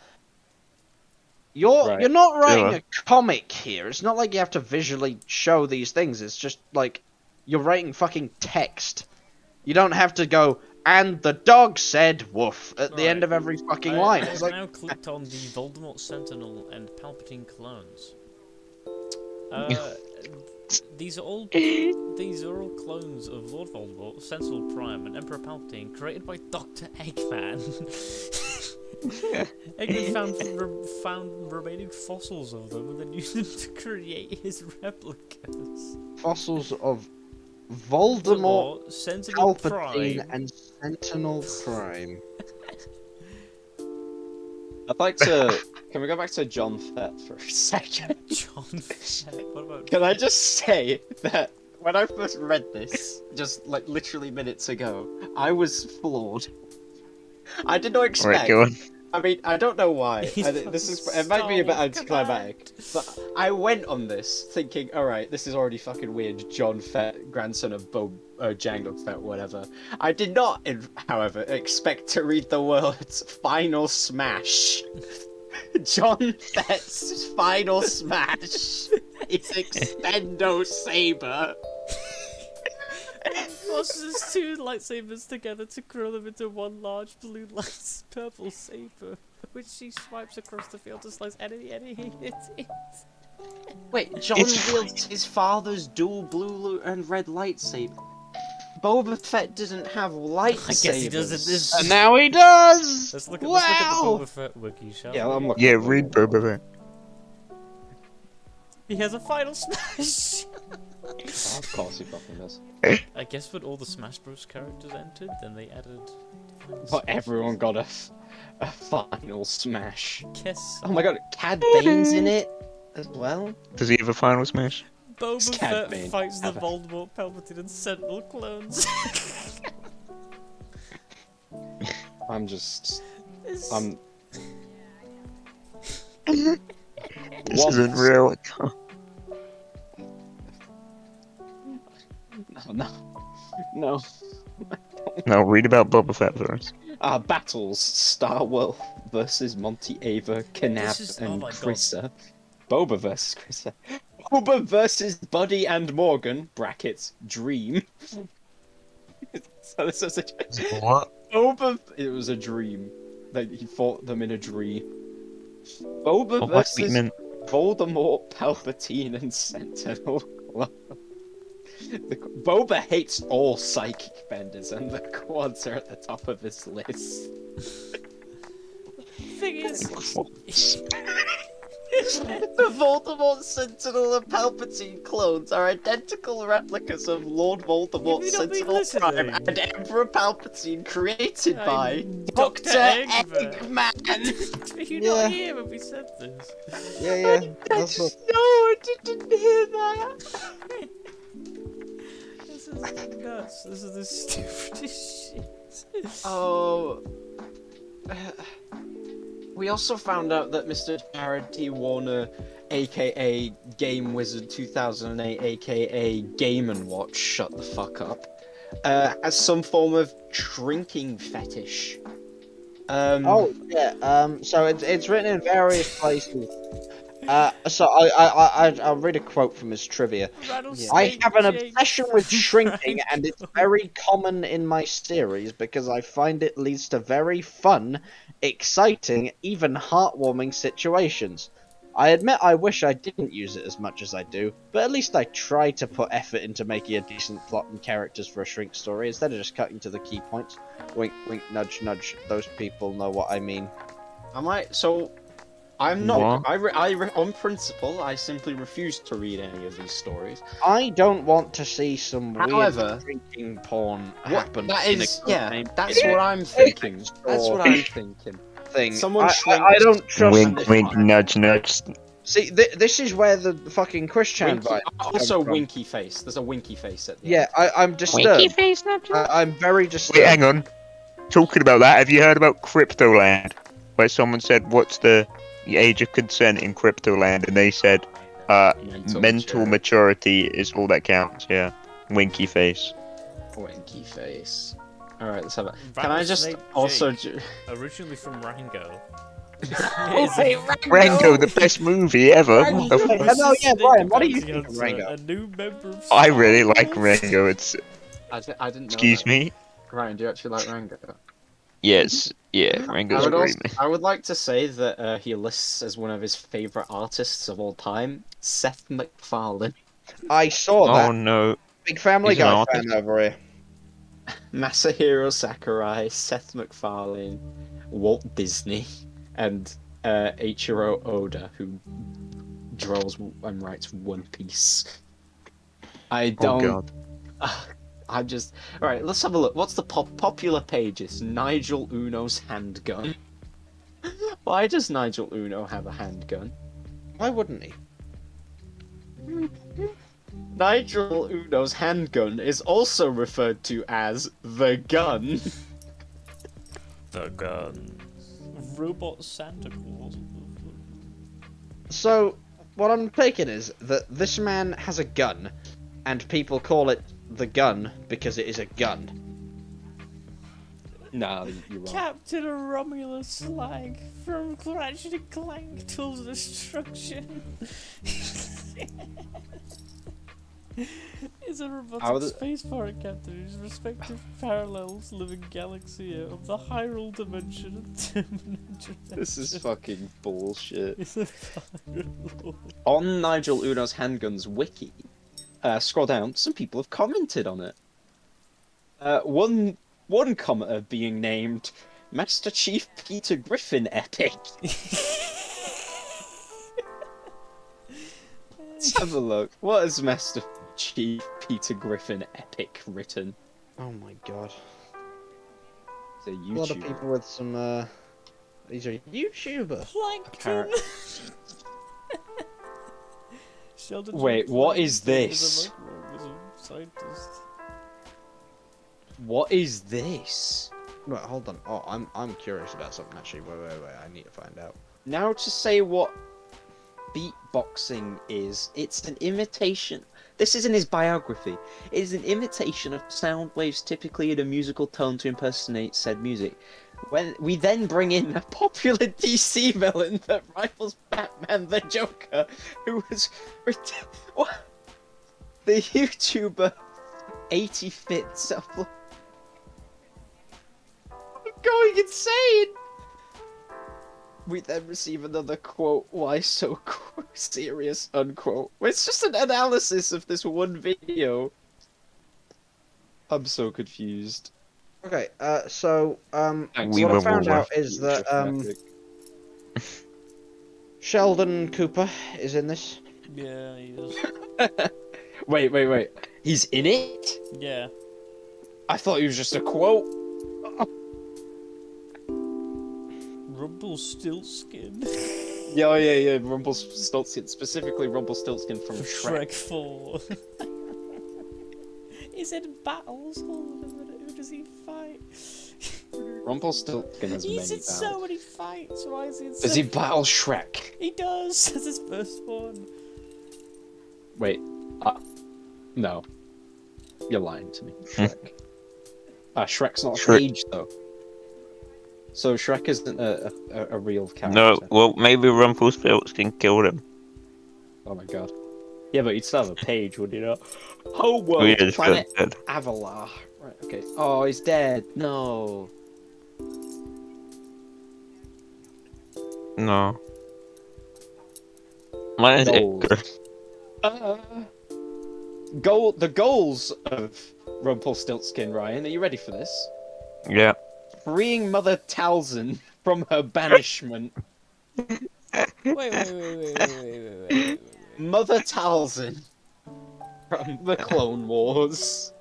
You're Right. you're not writing Filler. a comic here. It's not like you have to visually show these things. It's just like you're writing fucking text. You don't have to go. And the dog said woof at the Right. end of every fucking I- line. I It's have like now clicked on the Voldemort Sentinel and Palpatine clones. *laughs* Uh, these are all these are all clones of Lord Voldemort, Sensible Prime, and Emperor Palpatine, created by Doctor Eggman. *laughs* Eggman *laughs* found re- found remaining fossils of them and then used them to create his replicas. Fossils of Voldemort, Voldemort, Sensible Palpatine, Prime. and Sentinel Prime. I'd like to. Can we go back to John Fett for a *laughs* second? John. Fett. What about Can I just say that when I first read this, just like literally minutes ago, I was floored. I did not expect. Right, go on. I mean, I don't know why. He's I, thi- this is fucking it might be a bit Star-Lord, anticlimactic, but I went on this thinking, all right, this is already fucking weird. John Fett, grandson of Bo, uh, Jango Fett, whatever. I did not, in- however, expect to read the words *laughs* "final smash." *laughs* John Fett's final smash. It's Expendo Saber. Forces two lightsabers together to grow them into one large blue light *laughs* purple saber, which she swipes across the field to slice enemy enemy. It Wait, John wields his father's dual blue and red lightsaber. Boba Fett doesn't have lightsabers. I guess he does it this. And now he does! Let's look at, let's Wow! look at the Boba Fett wiki, shall Yeah, we? I'm looking. Yeah, read Boba Fett. He has a final smash. Of course he fucking does. I guess when all the Smash Bros characters entered, then they added. But everyone got a, f- a final smash. Guess *laughs* Oh my god, Cad Bane's in it as well. Does he have a final smash? Boba Scat Fett man. fights the Have a- Voldemort, Palpatine, and Sentinel clones. *laughs* I'm just. It's- *laughs* I'm. This What? isn't real. I can't- Oh, No, no. No. No, read about Boba Fett for us. Our Uh, battles Star Wolf versus Monty Ava, Kanab, This is- oh and my God. Chrissa. Boba versus Chrissa. Boba versus Buddy and Morgan, brackets, dream. *laughs* so this is a. What? Boba. It was a dream. That he fought them in a dream. Boba What was versus meant? Voldemort, Palpatine, and Sentinel. Club. The, Boba hates all psychic benders, and the quads are at the top of his list. thing is, *laughs* *laughs* the Voldemort, Sentinel, and Palpatine clones are identical replicas of Lord Voldemort, Have you not been Sentinel, Prime, listening? and Emperor Palpatine, created I'm by Dr. Doctor Eggman. *laughs* Eggman. Are you Yeah. not here when we said this? Yeah, yeah. *laughs* That's what- No, I didn't hear that. This is nuts. This is the *laughs* stupidest shit. Oh. *sighs* We also found out that Mr. Jared T. Warner, aka Game Wizard 2008, aka Game and Watch, shut the fuck up, uh, has some form of shrinking fetish. Um, Oh yeah. Um. So it's it's written in various places. Uh. So I I I I- I'll read a quote from his trivia. I have an obsession with shrinking, and it's very common in my series because I find it leads to very fun, exciting, even heartwarming situations. I admit I wish I didn't use it as much as I do, but at least I try to put effort into making a decent plot and characters for a shrink story instead of just cutting to the key points. Wink, wink, nudge, nudge. Those people know what I mean. Am I? So, I'm not. What? I, re- I re- on principle, I simply refuse to read any of these stories. I don't want to see some However- weird drinking porn What- happen. That in a is, yeah, campaign. that's what I'm thinking. That's what *clears throat* I'm thinking. thing. Someone I, I, shrink- I don't trust. Wink, wink, nudge, nudge. See, th- this is where the fucking Christian Winky, vibe. also, come from. winky face. There's a winky face at the Yeah, I, I'm disturbed. I, I'm very Wait, disturbed. hang on. Talking about that, have you heard about Cryptoland? Where someone said, "What's the, the age of consent in Cryptoland?" and they said, "Uh, end. mental, maturity is all that counts." Yeah, winky face. Winky face. All right, let's have it. That Can I was just Nate also? Jake. Ju- Originally from *laughs* Rango. Oh, Rango, the best movie ever. What the Rango. f- Hello, yeah, Brian, what do you Bounty think of Hunter, Rango? A new member of I Star really like Wars. Rango. It's I, di- I didn't know. excuse that. me. *laughs* Ryan, do you actually like Rango? Yes, yeah, Rango's I would, also, agreement. I would like to say that uh, he lists as one of his favorite artists of all time Seth MacFarlane. *laughs* I saw Oh, that. no. Big Family he's an Guy artist. fan over here. Masahiro Sakurai, Seth MacFarlane, Walt Disney, and uh, Ichiro Oda, who draws and writes One Piece. I don't. Oh, God. I'm just. Alright, let's have a look. What's the pop- popular pages? Nigel Uno's handgun. Why does Nigel Uno have a handgun? Why wouldn't he? Nigel Uno's handgun is also referred to as the gun. The gun. Robot Santa Claus. So, what I'm taking is that this man has a gun, and people call it the gun because it is a gun. nah, you're wrong. Captain Romulus Slag from Crash to Clank to Destruction. Is a How robotic the- space pirate captain whose respective parallels live in galaxy of the Hyrule dimension of Terminator. This is fucking bullshit. It's a Hyrule. on Nigel Uno's handguns wiki, uh, scroll down. Some people have commented on it. Uh, one one commenter being named Master Chief Peter Griffin *laughs* epic. Let's have a look. What is Master Chief Peter Griffin epic written? Oh my god. It's a A lot of YouTube. people with some. Uh... These are YouTubers. Plankton. Apparent- *laughs* Sheldon Wait, James what is Plankton this? a micro- was a scientist. What is this? Wait, hold on. Oh, I'm I'm curious about something actually. Wait, wait, wait. I need to find out. Now to say what beatboxing is, it's an imitation. This is in his biography. It is an imitation of sound waves typically in a musical tone to impersonate said music. When we then bring in a popular *laughs* DC villain that rivals Batman the Joker, who was ret- what? the YouTuber 80 Fits. uplo- *laughs* I'm going insane. We then receive another quote, why so *laughs* qu- serious, unquote. It's just an analysis of this one video. I'm so confused. Okay. Uh. So. Um. Thanks. We what will I found will- out is that um Sheldon Cooper is in this. Yeah, he is. Wait, wait, wait. He's in it? Yeah. I thought he was just a quote. Rumpelstiltskin. Yeah, oh, yeah, yeah. Rumpelstiltskin, specifically Rumpelstiltskin from Shrek. *laughs* Shrek 4. He's in battles. Hold on a minute. Who does he fight? Rumpelstiltskin has He's many in so battles. many fights. Why is he in so Does he battle Shrek? He does. *laughs* That's his first one. Wait. Uh, no. You're lying to me. Shrek. uh, Shrek's not a Hmm? Shrek- page, though. So Shrek isn't a, a, a real character. No, well, maybe Rumpelstiltskin killed him. Oh my god. Yeah, but you'd still have a page, would you not? Whole Oh, world, yeah, it's planet good. Avalar. Right, okay. Oh, he's dead. No. No. Mine is Gold. Edgar. Uh, goal. The goals of Rumpelstiltskin, Ryan. Are you ready for this? Yeah. Freeing Mother Talzin *laughs* from her banishment. Wait, wait, wait, wait, wait, wait, wait, wait, wait. Mother Talzin from the Clone Wars.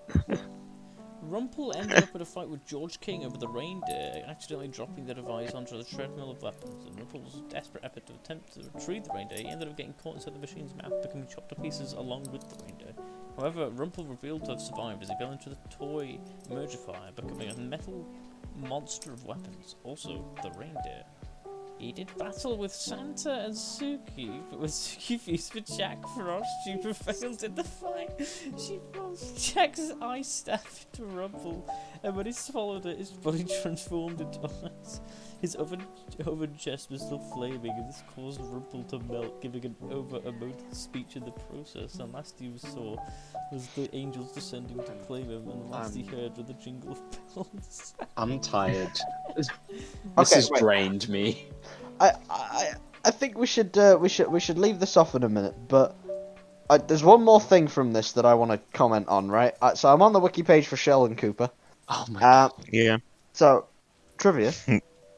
Rumpel ended up in a fight with George King over the reindeer, accidentally dropping the device onto the treadmill of weapons. In Rumpel's desperate effort to attempt to retrieve the reindeer, he ended up getting caught inside the machine's mouth, becoming chopped to pieces along with the reindeer. However, Rumpel revealed to have survived as he fell into the toy mergifier, becoming a metal monster of weapons, also the reindeer. He did battle with Santa and Suki, but was confused with Jack Frost. She prevailed in the fight. She forced Jack's eye *laughs* staff into Rumple, and when he swallowed it, his body transformed into ice. His oven, oven chest was still flaming, and this caused Rumple to melt, giving an over emoted speech in the process. And last he was saw was the angels descending to claim him, and the last he heard were the jingle *laughs* of bells. I'm *laughs* tired. this Okay, has wait. drained me. I, I, I think we should uh, we should we should leave this off in a minute, but I, there's one more thing from this that I want to comment on. Right, uh, so I'm on the wiki page for Shell and Cooper. Oh my. Uh, Yeah. so trivia: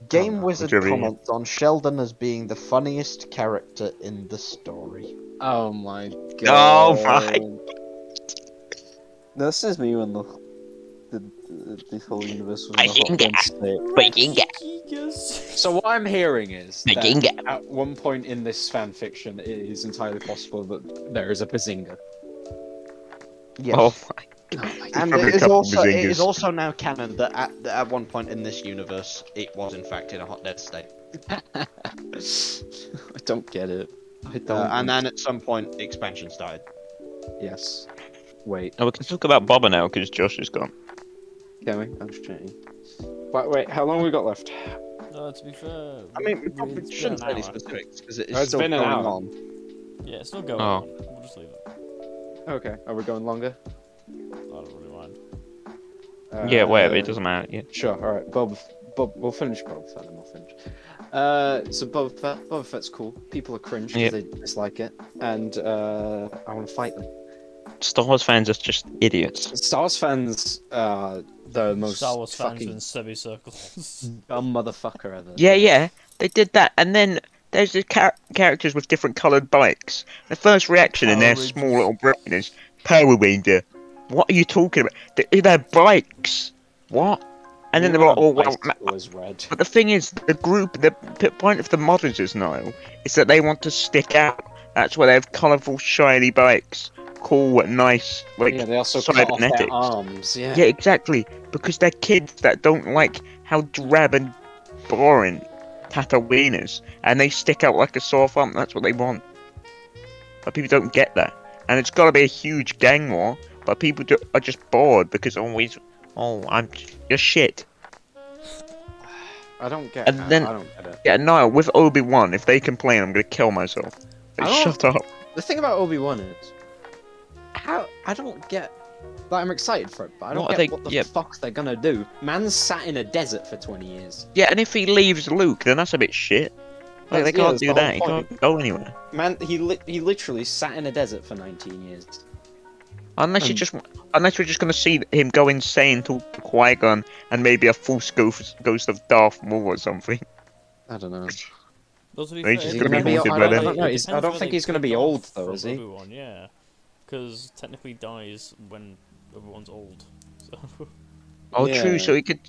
Game Wizard trivia. comments on Sheldon as being the funniest character in the story. Oh my Oh god. my. This is me when the the, the, the whole universe was I a hot think I- Majinga. Gigas! So what I'm hearing is that Majinga. at one point in this fan fiction, it is entirely possible that there is a Bazinga. Yes. Oh *laughs* my. and probably it a is couple also it bazingas. is also now canon that at, that at one point in this universe it was in fact in a hot dead state, Uh, I don't get it. I don't. uh, and then at some point expansion started. yes. Wait, Oh, we can talk about Bobber now because Josh is gone. can we? I'm just checking. But wait, how long we got left? No, to be fair. I mean, Mm, we it's probably been shouldn't an say any hour. specifics because it is Oh, it's still been an going hour. on. Yeah, it's not going Oh. on. We'll just leave it. Okay, are we going longer? I don't really mind. Uh, yeah, whatever. It doesn't matter. Yeah. Sure. All right, Bob. Bob, we'll finish Bob Fett, and we'll finish. Uh, so Bob Fett, Bob Fett's cool. People are cringe because Yep. they dislike it, and uh, I want to fight them. Star Wars fans are just idiots. Star Wars fans are the most Star Wars fans fucking in *laughs* semicircles. dumb motherfucker ever. Yeah, yeah. They did that, and then there's the char- characters with different coloured bikes. The first reaction in their small little brain is Power Ranger. What are you talking about? They- They're bikes. What? And then You they're like, know oh the well. ma- bicycle is red. But the thing is, the group, the p- point of the modders, Niall, is that they want to stick out. That's why they have colourful, shiny bikes, cool, nice, like yeah, they also cut off cybernetics. their arms. Yeah. Yeah, exactly. Because they're kids that don't like how drab and boring Tatooine is, and they stick out like a sore thumb. That's what they want. But people don't get that, and it's got to be a huge gang war. But people ju- are just bored because always, oh, I'm you're *sighs* shit. I don't get. And it. then- I don't get it. Yeah, Niall, with Obi Wan, if they complain, I'm gonna kill myself. Like, I don't- shut up. The thing about Obi Wan is how I don't get. Like, I'm excited for it, but I don't What are get they- what the yeah. fuck they're gonna do. Man's sat in a desert for 20 years. Yeah, and if he leaves Luke, then that's a bit shit. That's- yeah, Like, they can't that's do the that. He whole can't go anywhere. Man, he li- he literally sat in a desert for 19 years. Unless you Um, just, unless we're just gonna see him go insane to Qui Gon and maybe a false ghost, ghost of Darth Maul or something. I don't know. Those would be He's fair. just It gonna be depends haunted where by they- then. it I don't know, depends he's- I don't where think they he's gonna pick be off old, though, from is he? Obi-Wan, yeah, because technically he dies when everyone's old. So *laughs* Oh, Yeah. true. So he could,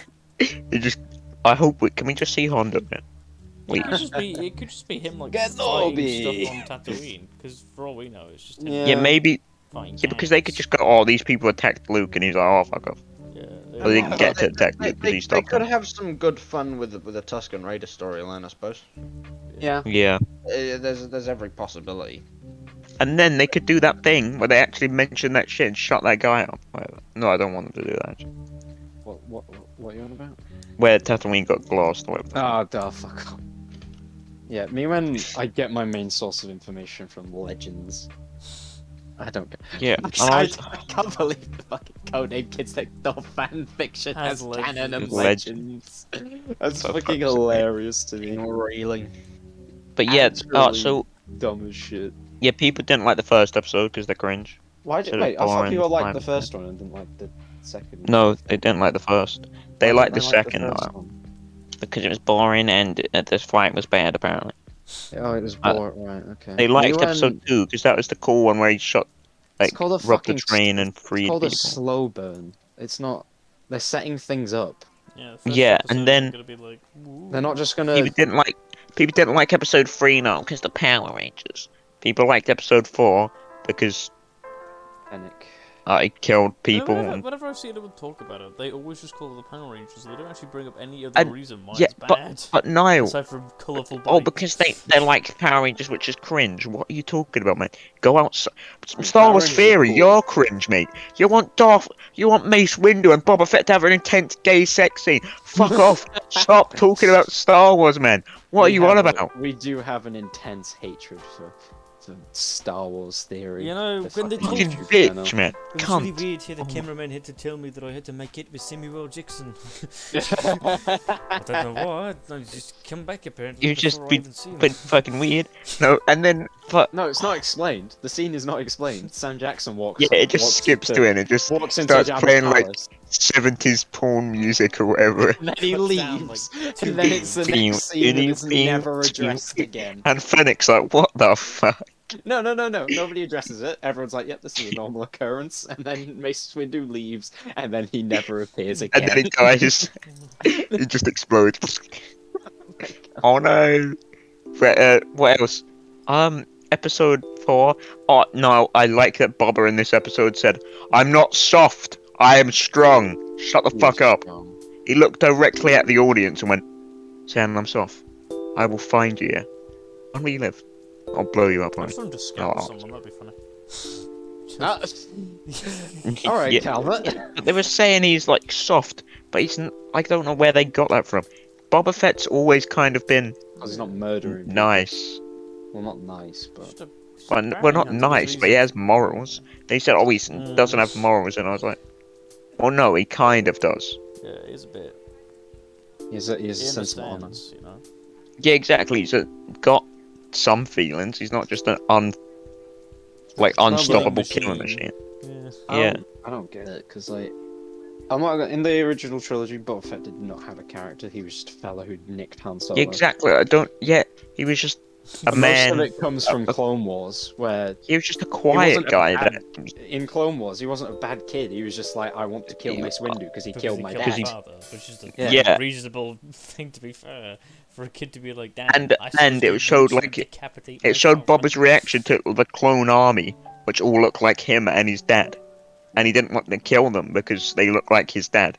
*laughs* he just. I hope we can we just see Honda then. *laughs* Wait. it could just be it could just be him like Get fighting Obi. stuff on Tatooine. Because for all we know, it's just him Yeah. Yeah, maybe. fighting. Uh, Yeah, because they could just go. Oh, these people attacked Luke, and he's like, oh fuck off. gangs. Yeah, But they didn't get to attack They, Luke because they, he they stopped could them. have some good fun with the- with the Tuscan Raider storyline, I suppose. Yeah. Yeah. Uh, there's there's every possibility. And then they could do that thing where they actually mention that shit and shut that guy up. Whatever. No, I don't want them to do that. What what what are you on about? Where Tatooine got glossed. Or whatever. Ah, duh, fuck off. Yeah, me when I get my main source of information from legends. I don't *laughs* get. *laughs* yeah. I, and I was- I can't believe the fucking codename Kids *laughs* Next Door fan fiction Has has, canon and legends. legends. *laughs* That's For fucking fuck's sake. hilarious to me. Reeling. but yeah. Oh, actually- so Dumb as shit. yeah, people didn't like the first episode because they're cringe. Why did Sort of wait? I thought boring people liked time. the first one and didn't like the second. No, they didn't like the first. They Why liked the didn't second first though, one? because it was boring and uh, the fight was bad apparently. Oh, it was Uh, boring. right, okay. um, They Me liked when- episode two because that was the cool one where he shot, like, called a robbed fucking the s- train and freed It's called people. a slow burn. It's not. They're setting things up. yeah, the first Yeah, episode and is then- gonna be like, "Ooh." They're not just gonna. People didn't like people didn't like episode three now because the Power Rangers. People liked episode four because panic. I uh, killed people. Whenever, and- whenever I've seen anyone talk about it, they always just call it the Power Rangers. They don't actually bring up any other And- reason why yeah, it's bad. but but Niall, Aside from colourful Oh, bodies. because they they're like Power Rangers, which is cringe. What are you talking about, mate? Go outside. Star Wars Rangers are Theory, cool. you're cringe, mate. You want Darth, you want Mace Windu and Boba Fett to have an intense gay sex scene. *laughs* Fuck off. Stop talking about Star Wars, man. What are We you on have a- about? we do have an intense hatred for, for Star Wars theory. You know, the when they fucking told- Fucking *laughs* YouTube channel. bitch, man. It was really Cunt. weird here. The cameraman had to tell me that I had to make it with Samuel *laughs* Jackson. *laughs* I don't know why. I just come back apparently. You've just before I been, even see him. been fucking weird. No, and then but No, it's not explained. The scene is not explained. Sam Jackson walks. yeah, it just walks skips into, to it and it just Walks into starts Jabba's playing like palace, 70s porn music or whatever. *laughs* and then he Cuts down, leaves, like, two *laughs* and then it's the Bing, next scene and it's bing, never bing, *laughs* addressed bing. again. And Fennec's like, what the fuck? No, no, no, no. Nobody addresses it. Everyone's like, "Yep, this is a normal occurrence." *laughs* And then Mace Windu leaves, and then he never appears again. And then it dies. it just explodes. oh no. But, uh, what else? Um, episode four. Oh no, I like that Bobber in this episode said, "I'm not soft. I am strong." Shut the fuck up. He looked directly at the audience and went, "Sam, I'm soft. I will find you. Yeah? When will you live? I'll blow you up I on just it." wanted to Oh, scalp I'll- someone. That'd be funny. Ah, *laughs* all right, Yeah. Calvert. They were saying he's like soft, but he's n- I don't know where they got that from. Boba Fett's always kind of been Because he's not murdering. nice. Well, not nice, but Just a- just a Well, n- well, barrel not handle, nice, please. but he has morals. They said, oh, he s- Mm. doesn't have morals, and I was like, well, no, he kind of does. Yeah, it's a bit. he's a, he's He a sense of honour. understands, you know. Yeah, exactly. He's uh got some feelings. He's not just an un, like not a unstoppable machine. killing machine. Yeah. I Yeah. don't- Um, I don't get it because like, I'm not gonna- in the original trilogy. Boba Fett did not have a character. He was just a fella who nicked Han Solo. yeah, exactly. I don't. Yeah, he was *laughs* just a Most of man. it comes from Clone Wars, where He was just a wasn't quiet a guy. bad- that in Clone Wars he wasn't a bad kid. He was just like, I want to kill He- Mace Windu because he Because killed he my killed dad. his father, which is the Yeah. Yeah. reasonable thing to be fair for a kid to be like. Damn, And- I and saw it you showed, literally like, it- decapitate my It showed father." Boba's reaction to the clone army, which all looked like him and his dad. And he didn't want to kill them because they looked like his dad.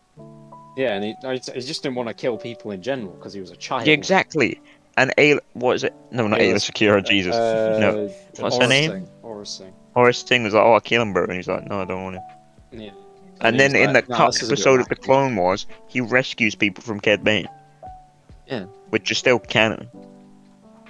Yeah, and he, I- he just didn't want to kill people in general because he was a child. Yeah, exactly. And A, what is it? No, not Ayla Ayla Secura, Jesus. no, What's her name? Aura Uh, Singh. Horace Sting was like, "Oh, I'll kill him, bro," and he's like, "No, I don't want him." Yeah. And he's then in the like, "No, cut this is a bit episode of the wacky." Clone Wars, he rescues people from Cad Bane. Yeah. Which is still canon.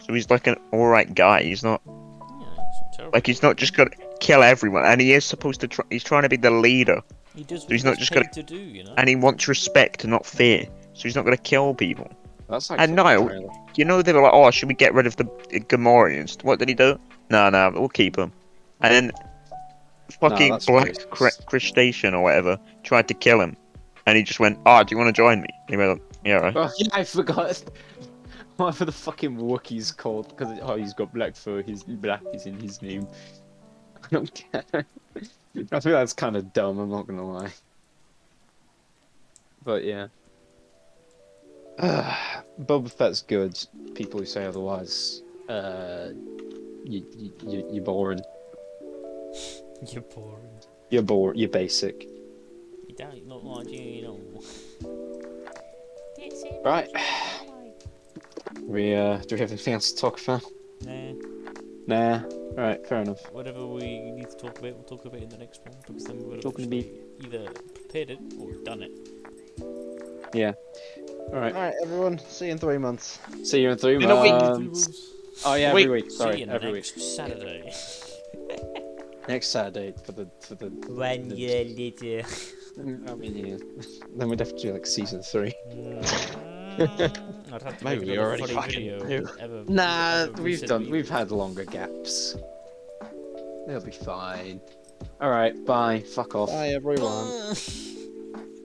So he's like an alright guy. He's not Yeah, it's terrible. like he's not just gonna kill everyone, and he is supposed to. Try, he's trying to be the leader, He does what he's he not was just paid gonna- to do, you know. and he wants respect and not fear. So he's not gonna kill people. That's And Niall- You know they were like, "Oh, should we get rid of the the Gamorreans?" What did he do? No, no, we'll keep him. And then fucking that's Black racist. Cre- Crustacean or whatever tried to kill him, and he just went, "Ah, do you want to join me?" And he went, "Yeah, right." Oh, *laughs* yeah, I forgot. Whatever the fucking Wookiee's called, because oh, he's got black fur. His black is in his name. *laughs* I don't care. I think that's kind of dumb. I'm not gonna lie. But yeah, *sighs* uh, Boba Fett's good. People who say otherwise, uh, you, you, you you're boring. You're boring. You're boring. You're basic. You don't look like you, you know. Right. *sighs* We uh, do we have anything else to talk about? Nah, Nah. All right. Fair enough. whatever we need to talk about, we'll talk about in the next one because then we would have Talking to me. actually either prepared it or done it. All right. Alright, everyone, see you in three months. See you in three In a week. months. Oh yeah, every week. See Sorry, you every next *laughs* Saturday. week. Next Saturday for the for the. One the- year later. I mean, yeah. *laughs* Then we'd have to do like season three. Mm, I'd have to Maybe make we another already funny fucking video do. ever- Nah, ever we've said done. we We've would. had longer gaps. They'll be fine. All right. Bye. Fuck off. Bye, everyone. Uh,